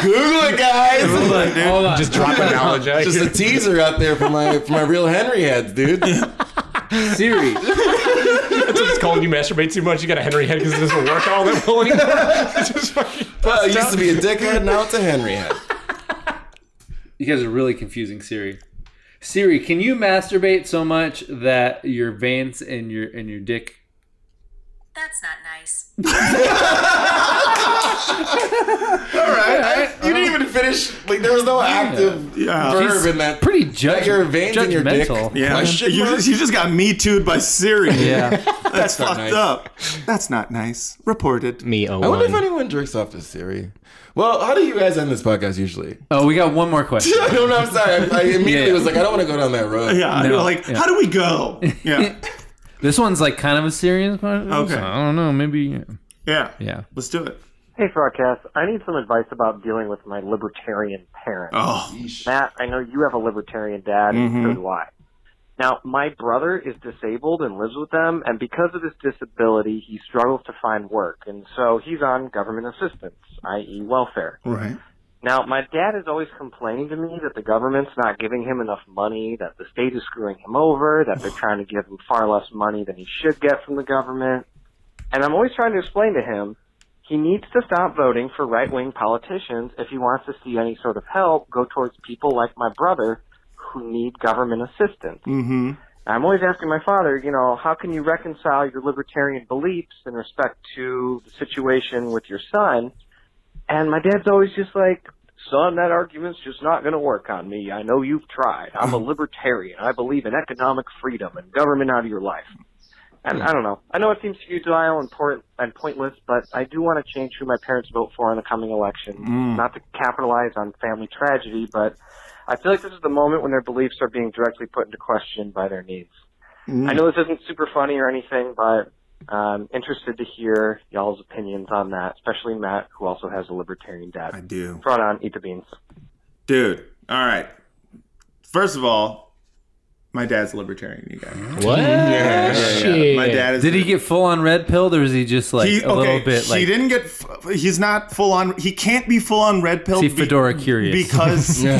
Google it guys. Hold on. Just drop a knowledge out Just a here. teaser out there for my for my real Henry heads, dude. Siri. That's what it's called. You masturbate too much. You got a Henry head because it doesn't work all that well anymore. It's just fucking I bust used out. to be a dickhead, now it's a Henry head. You guys are really confusing Siri. Siri, can you masturbate so much that your veins and your and your dick? That's not nice. All right, you didn't even finish. Like there was no active Yeah. verb She's in that. Pretty judge, Like your veins and your dick. judgmental. Yeah, My you shit works. just, you just got me tooed by Siri. Yeah. that's, not fucked nice. up. That's not nice. Reported. me. Oh, I wonder if anyone jerks off to Siri. Well, how do you guys end this podcast usually? Oh, we got one more question. I don't know. I'm sorry. I, I immediately Yeah. was like, I don't want to go down that road. Yeah, No. like Yeah. how do we go? Yeah, This one's like kind of a serious question. Okay. So I don't know. Maybe. yeah, Yeah. Let's do it. Hey, Frogcast, I need some advice about dealing with my libertarian parents. Oh, Matt, I know you have a libertarian dad, and so Mhm. do I. Now, my brother is disabled and lives with them, and because of his disability, he struggles to find work, and so he's on government assistance, i.e., welfare. right. Now, my dad is always complaining to me that the government's not giving him enough money, that the state is screwing him over, that they're trying to give him far less money than he should get from the government. And I'm always trying to explain to him he needs to stop voting for right wing politicians if he wants to see any sort of help go towards people like my brother who need government assistance. Mm-hmm. I'm always asking my father, you know, how can you reconcile your libertarian beliefs in respect to the situation with your son? And my dad's always just like, son, that argument's just not going to work on me. I know you've tried. I'm a libertarian. I believe in economic freedom and government out of your life. And I don't know. I know it seems futile and, port- and pointless, but I do want to change who my parents vote for in the coming election. Not to capitalize on family tragedy, but I feel like this is the moment when their beliefs are being directly put into question by their needs. I know this isn't super funny or anything, but I'm interested to hear y'all's opinions on that, especially Matt, who also has a libertarian I dad. do. Front on, eat the beans. Dude, all right. First of all, my dad's a libertarian, you guys. What? Yeah, yeah, yeah. My dad is. Did he get full on red pilled or is he just like He- a little bit he like? didn't get f- he's not full on. He can't be full on red pill. See, fedora curious. because Yeah.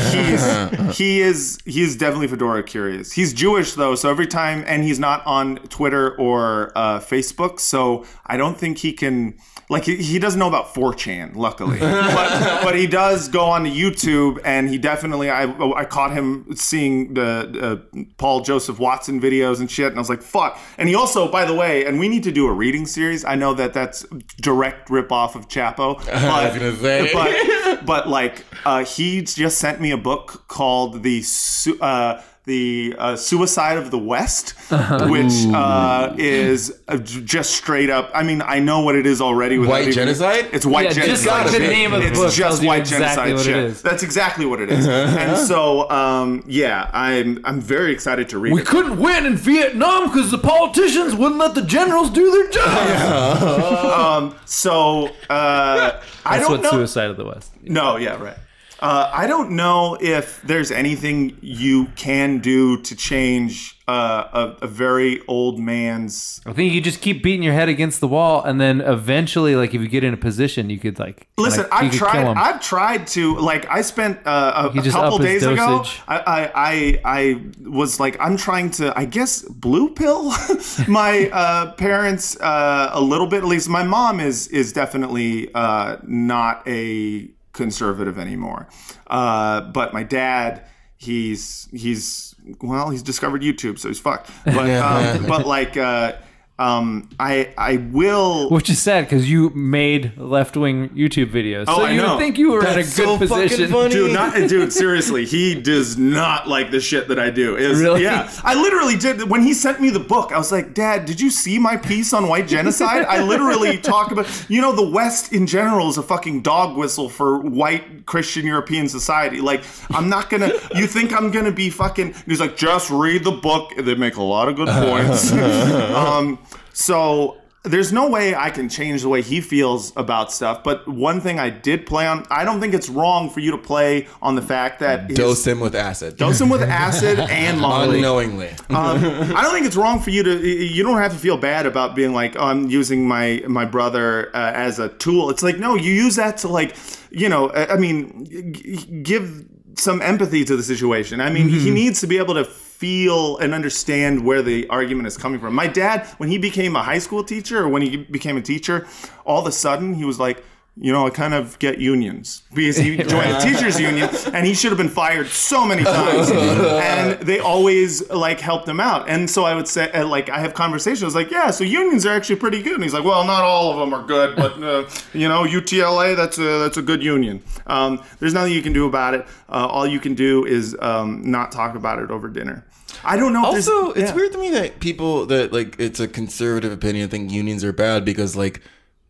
he's he is he is definitely fedora curious. He's Jewish though, so every time and he's not on Twitter or uh, Facebook, so I don't think he can. Like he, he doesn't know about 4chan, luckily, but, but he does go on to YouTube, and he definitely I I caught him seeing the uh, Paul Joseph Watson videos and shit, and I was like fuck. And he also, by the way, and we need to do a reading series. I know that that's direct rip off of Chapo, but, I was gonna say. but but like uh, he just sent me a book called the Su- uh, the uh, Suicide of the West, Uh-huh. which uh, is uh, j- just straight up. I mean, I know what it is already. without White even- genocide? It's white Yeah, genocide. just like the name of the it's book tells just you white exactly genocide what it shit. is. That's exactly what it is. and so, um, yeah, I'm I'm very excited to read. We it. couldn't win in Vietnam because the politicians wouldn't let the generals do their job. um, so uh, I That's what don't know. Suicide of the West. No, yeah, right. Uh, I don't know if there's anything you can do to change uh, a, a very old man's. I think you just keep beating your head against the wall, and then eventually, like if you get in a position, you could like Listen, like, you I've could kill tried. 'em. I've tried to like. I spent uh, a, You a just couple up his days ago. dosage. I, I I I was like, I'm trying to. I guess blue pill my uh, parents uh, a little bit. At least my mom is is definitely uh, not a conservative anymore. Uh, but my dad, he's he's well, he's discovered YouTube, so he's fucked. But um, but like. Uh, um, I I will. which is sad because you made left wing YouTube videos, Oh, so I you know. would think you were in a good That's so fucking position. Dude, not, dude, seriously, he does not like the shit that I do. It was- Really? Yeah. I literally did. When he sent me the book, I was like, Dad, did you see my piece on white genocide? I literally talked about, you know, the West in general is a fucking dog whistle for white Christian European society. Like, I'm not gonna, you think I'm gonna be fucking. and he's like, just read the book. They make a lot of good points. um, so there's no way I can change the way he feels about stuff. But one thing I did play on, I don't think it's wrong for you to play on the fact that his- Dose him with acid. dose him with acid and Molly. Unknowingly. Um, I don't think it's wrong for you to. You don't have to feel bad about being like, oh, I'm using my my brother uh, as a tool. It's like, no, you use that to like, you know, uh, I I mean, g- give some empathy to the situation. I mean, he needs to be able to feel and understand where the argument is coming from. My dad, when he became a high school teacher or when he became a teacher, all of a sudden he was like. You know, I kind of get unions because he joined a teachers union, and he should have been fired so many times. and they always like helped him out. And so I would say, uh, like, I have conversations I was like, yeah, so unions are actually pretty good. And he's like, well, not all of them are good, but uh, you know, UTLA, that's a that's a good union. Um, there's nothing you can do about it. Uh, all you can do is um, not talk about it over dinner. I don't know. if there's- Also, it's yeah. weird to me that people that like it's a conservative opinion think unions are bad because like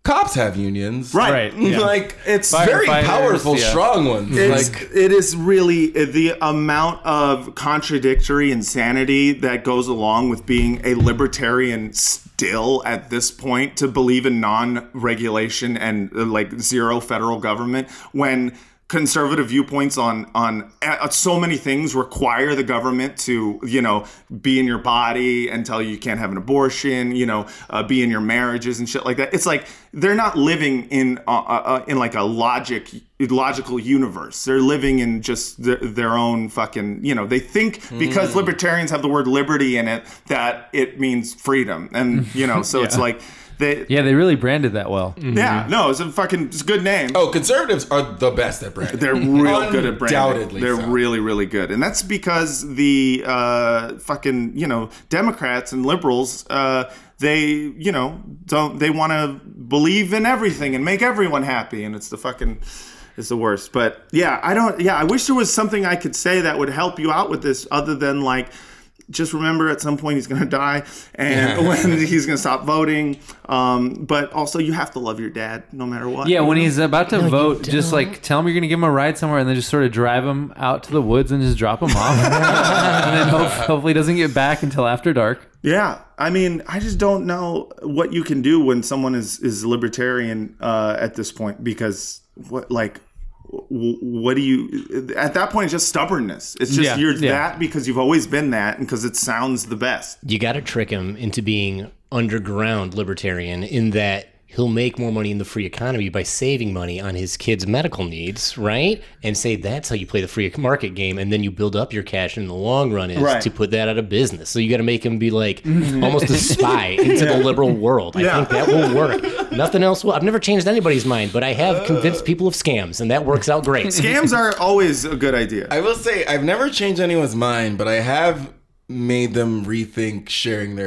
cops have unions, Right. Right, yeah. Like it's Firefighters, very powerful, yeah. strong ones. It's, like it is really uh, the amount of contradictory insanity that goes along with being a libertarian still at this point to believe in non-regulation and uh, like zero federal government when conservative viewpoints on on uh, so many things require the government to you know be in your body and tell you you can't have an abortion you know uh, be in your marriages and shit like that it's like they're not living in uh, uh, in like a logic logical universe they're living in just their, their own fucking you know they think because libertarians have the word liberty in it that it means freedom and you know so it's like they yeah, they really branded that well. yeah no it's a fucking it's a good name oh, conservatives are the best at branding. they're real good at branding. Undoubtedly they're so. really, really good, and that's because the uh, fucking you know Democrats and liberals uh, they you know don't they want to believe in everything and make everyone happy, and it's the fucking it's the worst. But yeah, I don't. Yeah, I wish there was something I could say that would help you out with this, other than like. Just remember, at some point he's gonna die, and when he's gonna stop voting. Um, but also, you have to love your dad, no matter what. Yeah, when he's about to vote, just like tell him you're gonna give him a ride somewhere, and then just sort of drive him out to the woods and just drop him off, and then hope, hopefully he doesn't get back until after dark. Yeah, I mean, I just don't know what you can do when someone is is libertarian uh, at this point because what like w- what do you at that point it's just stubbornness it's just Yeah, you're yeah. that because you've always been that and because it sounds the best You got to trick him into being underground libertarian in that he'll make more money in the free economy by saving money on his kids' medical needs, right? And say that's how you play the free market game, and then you build up your cash in the long run is Right. to put that out of business. So you got to make him be like Mm-hmm. almost a spy into Yeah. the liberal world. I Yeah. think that will work. Nothing else will. I've never changed anybody's mind, but I have convinced people of scams, and that works out great. Scams are always a good idea. I will say I've never changed anyone's mind, but I have made them rethink sharing their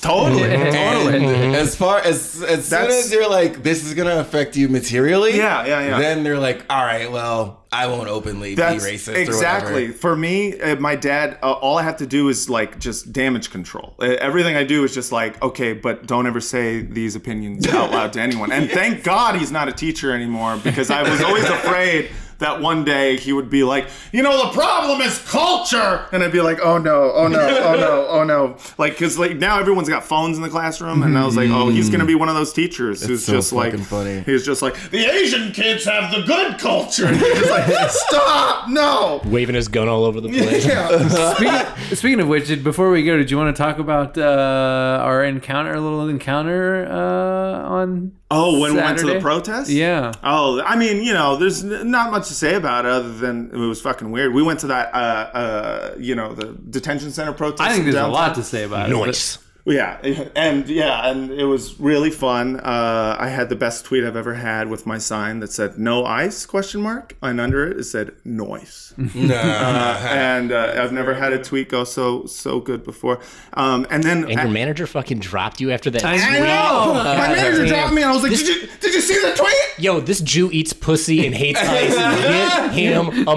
Totally, And totally. As far as as soon That's- as you're like, this is gonna affect you materially. Yeah, yeah, yeah. Then they're like, all right, well, I won't openly That's be racist. Or exactly whatever. for me. Uh, my dad, uh, all I have to do is like just damage control. Uh, everything I do is just like okay, but don't ever say these opinions out loud to anyone. And thank God he's not a teacher anymore because I was always afraid that one day he would be like, you know, the problem is culture, and I'd be like, oh no, oh no, oh no, oh no, like because like now everyone's got phones in the classroom, and I was like, oh, he's gonna be one of those teachers who's so just like fucking funny. he's just like the Asian kids have the good culture. And you're just like, stop, no. Waving his gun all over the place. speaking, speaking of which, did- before we go, did you want to talk about uh, our encounter, our little encounter uh, on? Oh, when we went to the Saturday? protest? Yeah. Oh, I mean, you know, there's n- not much to say about it other than it was fucking weird. We went to that, uh, uh, you know, the detention center protest. I think there's a downtown. lot to say about it. Nice. Yeah, and yeah, and it was really fun. Uh, I had the best tweet I've ever had with my sign that said "No ice?" question mark, and under it it said "Noise." No. uh, and uh, I've never had a tweet go so so good before. Um, and then And your manager fucking dropped you after that. I tweet. know. My God manager damn. dropped me, and I was like, "Did you did you see the tweet?" Yo, this Jew eats pussy and hates ice. Get him a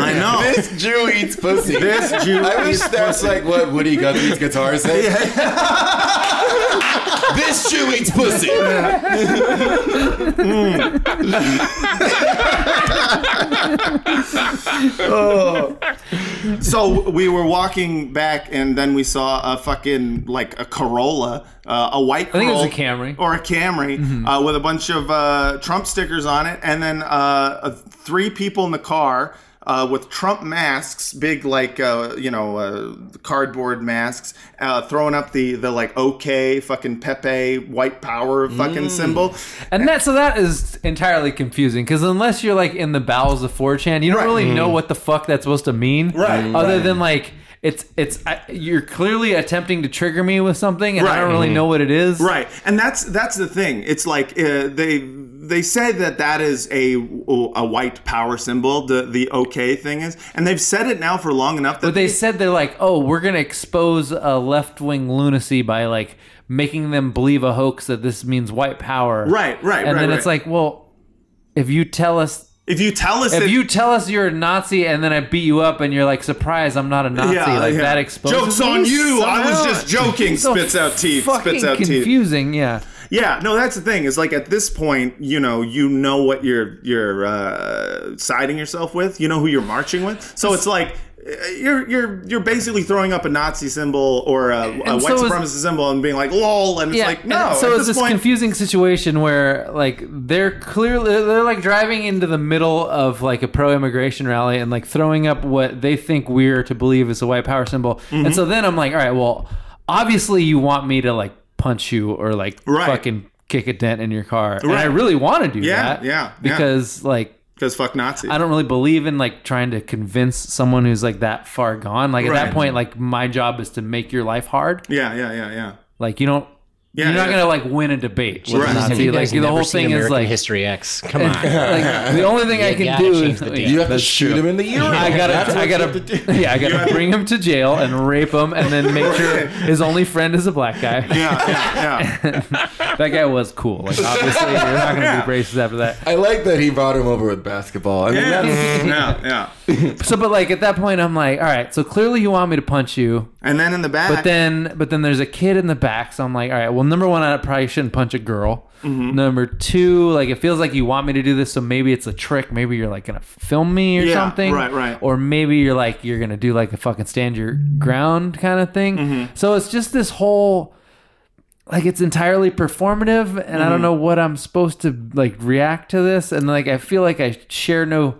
I know. This Jew eats pussy. This Jew I wish eats that's pussy. like what Woody Guthrie's guitar said. this Jew eats pussy. so we were walking back, and then we saw a fucking like a Corolla, uh, a white. I think it was a Corolla, Camry. Mm-hmm. or a Camry uh, with a bunch of uh, Trump stickers on it, and then uh, uh, three people in the car. Uh, with Trump masks, big like uh, you know uh, cardboard masks, uh, throwing up the the like OK fucking Pepe white power fucking Mm. symbol, And that so that is entirely confusing because unless you're like in the bowels of 4chan, you don't really know what the fuck that's supposed to mean. Right. Mm. Other Right. than like it's it's I, you're clearly attempting to trigger me with something, and I don't Right. really Mhm. know what it is. Right, and that's that's the thing. It's like uh, they they say that that is a a white power symbol. The the OK thing is, and they've said it now for long enough that But they said they're like, oh, we're gonna expose a left wing lunacy by like making them believe a hoax that this means white power. Right, right, And right, then right. it's like, well, if you tell us. if you tell us If that, you tell us you're a Nazi and then I beat you up and you're like, surprise, I'm not a Nazi, like that exposes Jokes me on you! I was somehow. just joking. So spits out teeth. Spits fucking out teeth. confusing. Yeah, Yeah, no, that's the thing. Is like at this point, you know, you know what you're you're uh, siding yourself with. You know who you're marching with. So it's like uh, you're you're you're basically throwing up a Nazi symbol or a, a And white so is- supremacist symbol and being like, lol, and it's yeah. like no. and so at it's this this point, confusing situation where like they're clearly they're like driving into the middle of like a pro-immigration rally and like throwing up what they think we're to believe is a white power symbol. Mm-hmm. And so then I'm like, all right, well, obviously you want me to like punch you or like Right. fucking kick a dent in your car, and I Right. really want to do Yeah, that. yeah, yeah. because like. because fuck Nazi. I don't really believe in like trying to convince someone who's like that far gone. Like at that Right. point, like my job is to make your life hard. Yeah, yeah, yeah, yeah. Like you don't. Yeah, you're not yeah. gonna like win a debate. with Right. a Nazi. You Like guys the never whole seen thing is American like History X. Come on. like, the only thing You I can gotta do change is the yeah, You have to that's shoot true. him in the ear. I That's gotta, what I you have to gotta, yeah, I gotta bring him to jail and rape him, and then make sure his only friend is a black guy. Yeah, yeah, yeah. That guy was cool. Like obviously, you're not gonna be racist after that. I like that he brought him over with basketball. I mean, Yeah, that's yeah, yeah. So, but like at that point, I'm like, all right. So clearly, you want me to punch you. And then in the back, But then, but then there's a kid in the back, so I'm like, all right. Well, number one, I probably shouldn't punch a girl. Mm-hmm. Number two, like it feels like you want me to do this, so maybe it's a trick. Maybe you're like gonna film me or Yeah, something, right, right. Or maybe you're like you're gonna do like a fucking stand your ground kind of thing. Mm-hmm. So it's just this whole like it's entirely performative, and I Mm-hmm. don't know what I'm supposed to like react to this, and like I feel like I share no.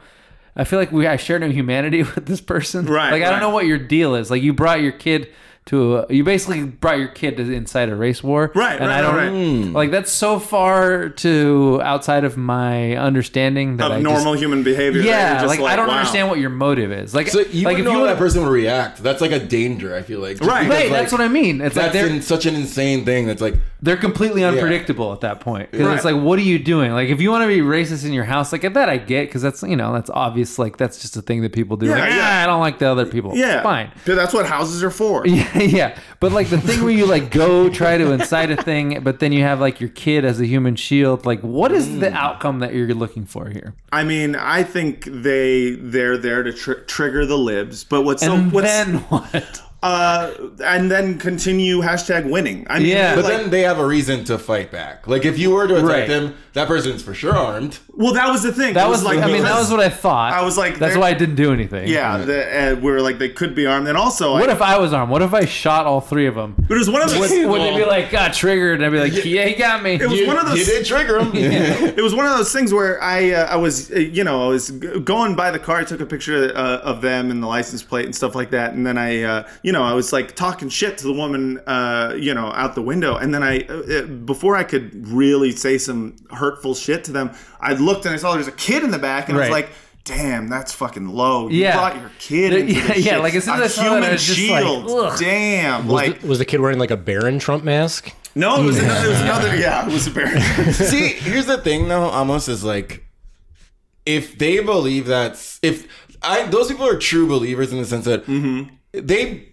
I feel like we I share no humanity with this person. Right, Like I right. don't know what your deal is. Like you brought your kid to a, you basically brought your kid to, inside a race war, Right, And right, I don't right, right. like that's so far to outside of my understanding that of I normal Just, human behavior. that you're yeah, like, just I don't wow. understand what your motive is. Like, So you like wouldn't know how that person would react. That's like a danger. I feel like Just Right. because, Right, that's what like, I mean. It's like that's they're- in such an insane thing. That's like they're completely unpredictable at that point because it's Right. like, what are you doing? Like, if you want to be racist in your house, like that I get because that's you know that's obvious. Like that's just a thing that people do. Yeah, like, yeah. "Ah, I don't like the other people. Yeah, fine. Dude, that's what houses are for. Yeah, yeah. But like the thing where you like go try to incite a thing, but then you have like your kid as a human shield. Like, what is Mm. the outcome that you're looking for here? I mean, I think they they're there to tr- trigger the libs, but what's And so, what's, then what? Uh, and then continue hashtag winning. I mean, but like- then they have a reason to fight back. Like if you were to attack Right. them, that person's for sure armed. well, that was the thing. That It was like, I mean, that was because- what I thought. I was like, that's they're- why I didn't do anything. Yeah, the, uh, we were like they could be armed, and also What I, if I was armed? What if I shot all three of them? But it was one of those- Would, would they be like, got triggered? And I'd be like, yeah, he got me. It was one of those. trigger him. It was one of those things where I uh, I was uh, you know I was g- going by the car, I took a picture uh, of them and the license plate and stuff like that, and then I uh, you know I was like talking shit to the woman uh, you know out the window, and then I uh, uh, before I could really say some hurtful shit to them, I looked and I saw there's a kid in the back, and I was Right. like. Damn, that's fucking low. You Yeah. brought your kid Yeah, into yeah, this yeah, shit. like, as soon as A I saw that, I human was just like, shield. ugh. Damn, Was, like the, was the kid wearing like a Baron Trump mask? no, it was, another, it was another. Yeah, it was embarrassing. See, here's the thing though, almost is like if they believe that's if I those people are true believers in the sense that Mm-hmm. they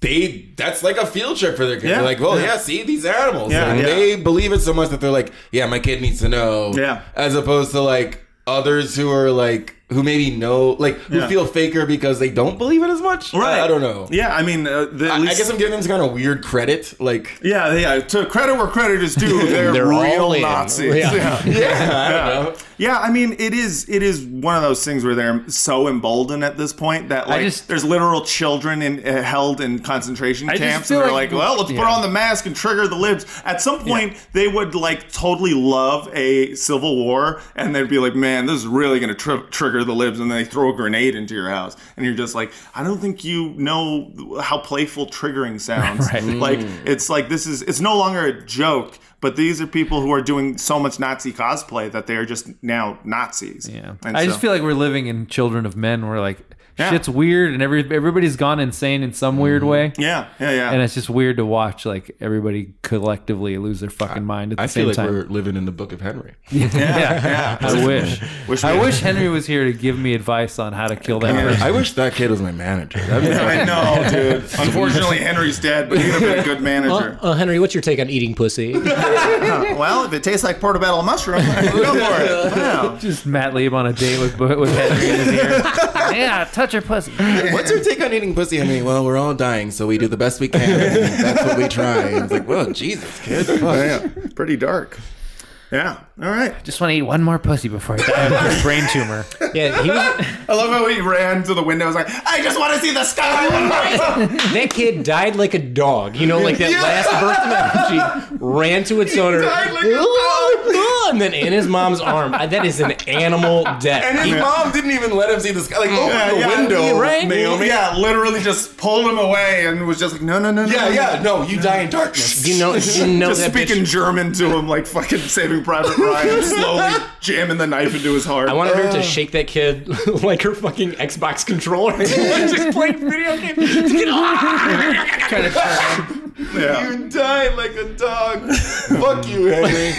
they that's like a field trip for their kid. Yeah. They're like, well, Yeah. yeah, see these animals. Yeah. Like, Yeah. They believe it so much that they're like, yeah, my kid needs to know. Yeah. As opposed to like others who are like who maybe know like who Yeah. feel faker because they don't believe it as much. I- Right. I, don't know. Yeah, I mean, uh, the, at I, I least, guess I'm giving them some kind of weird credit. Like Yeah, yeah. To credit where credit is due, they're, They're all real in. Nazis. Yeah. Yeah, I don't Yeah. know. Yeah, I mean, it is it is one of those things where they're so emboldened at this point that like just- there's literal children in, uh, held in concentration I just camps, feel and they're like- like, well, let's put yeah. on the mask and trigger the libs. At some point, they would like totally love a civil war, and they'd be like, man, this is really gonna tri- trigger the libs, and they throw a grenade into your house, and you're just like, I don't think you know how playful triggering sounds. Right. Like it's like this is it's no longer a joke. But these are people who are doing so much Nazi cosplay that they are just now Nazis. Yeah. And I just so- feel like we're living in Children of Men where like Yeah. Mm-hmm. shit's weird and every everybody's gone insane in some weird way. Yeah, yeah, yeah. And it's just weird to watch like everybody collectively lose their fucking mind at the I same feel like time. we're living in the book of Henry. yeah, I wish. Wish I we- wish Henry was here to give me advice on how to kill that person. I wish that kid was my manager. That'd be Yeah, I know, dude. Unfortunately, Henry's dead, but he'd have been a good Uh, manager. uh, Henry, what's your take on eating pussy? well, if it tastes like portobello mushroom, go for it. Wow. Just Matt Lieb on a date with with Henry in his ear. yeah, touch her pussy. What's your take on eating pussy? I mean, well, we're all dying, so we do the best we can. and that's what we try. And it's like, well, Jesus, kid. fuck. Yeah, pretty dark. Yeah. All right. Just want to eat one more pussy before I die of this brain tumor. yeah, he was, I love how he ran to the window. I was like, I just want to see the sky. Oh one more time." that kid died like a dog. You know, like that last birth analogy ran to its owner, died like a dog. and then in his mom's arm. I- That is an animal death. And his He- mom didn't even let him see the sky. Like, open Yeah, the yeah. window, Right? Naomi. Yeah. yeah, literally just pulled him away and was just like, no, no, no, no. yeah, no, yeah. No, you die in darkness. you know, you know just that bitch- speaking German to him like fucking Saving Private Ryan, slowly jamming the knife into his heart. I wanted her to shake that kid like her fucking Xbox controller. just playing video games. Yeah. You die like a dog. Fuck you, Henry.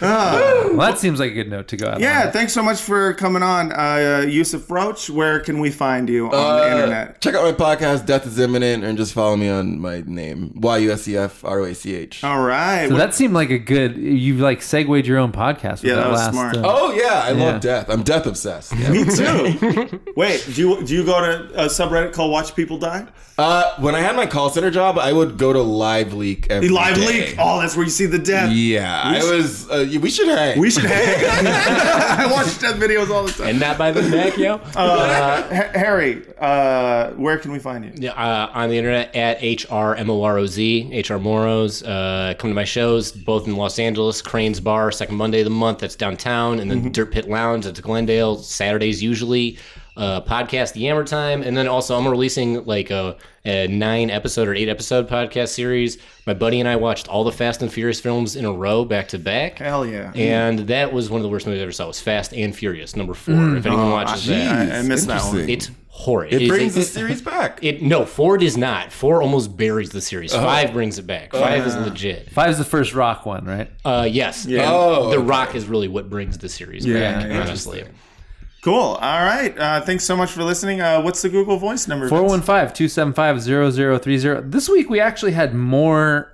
Well, that seems like a good note to go out Yeah, thanks so much for coming on, uh, Yusuf Roach. Where can we find you on Uh, the internet? Uh, Check out my podcast, Death is Imminent, and just follow me on my name, Y U S E F R O A C H. All right. So that seemed like a good. You like segued your own podcast. With Yeah, that, that was last, smart. uh, Oh, yeah. I Yeah. love death. I'm death obsessed. Yeah. Me too. Wait, do you do you go to a subreddit called Watch People Die? Uh, when I had my call center job, I would go to Live Leak every Live day. leak. Oh, that's where you see the death. Yeah, I was. Uh, we should hang. We should hang. I watch death videos all the time. and not by the neck, yo. Uh, Ha- Harry, uh, where can we find you? Yeah, uh, on the internet at HRMOROZ, HR Moros. Uh, come to my shows, both in Los Angeles, Cranes Mm-hmm. Bar, second Monday of the month, that's downtown, and then Dirt Pit Lounge, that's Glendale, Saturdays usually. uh, podcast, The Yammer Time, and then also I'm releasing like a, a nine episode or eight episode podcast series. My buddy and I watched all the Fast and Furious films in a row, back to back. Hell yeah! And that was one of the worst movies I ever saw. It was Fast and Furious, number four. Mm. If anyone Oh, watches I- that, I- I missed that one. Interesting. It's horrid. It is- brings the series back. It no four does not. Four almost buries the series. Oh. Five brings it back. Five is Uh. legit. Five's the first rock one, right? Uh, yes. Yeah. And Oh, the okay. Rock is really what brings the series Yeah, back. yeah. Honestly, Cool. All right. Uh, thanks so much for listening. Uh, what's the Google Voice number? 415-275-0030. This week we actually had more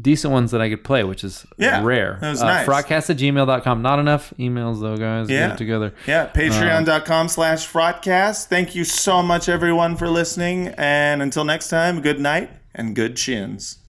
decent ones that I could play, which is Yeah, rare. Uh, that was nice. Frogcast at gmail.com. Not enough emails though, guys. Get Yeah. it together. Yeah, patreon.com slash fraudcast. Thank you so much, everyone, for listening. And until next time, good night and good chins.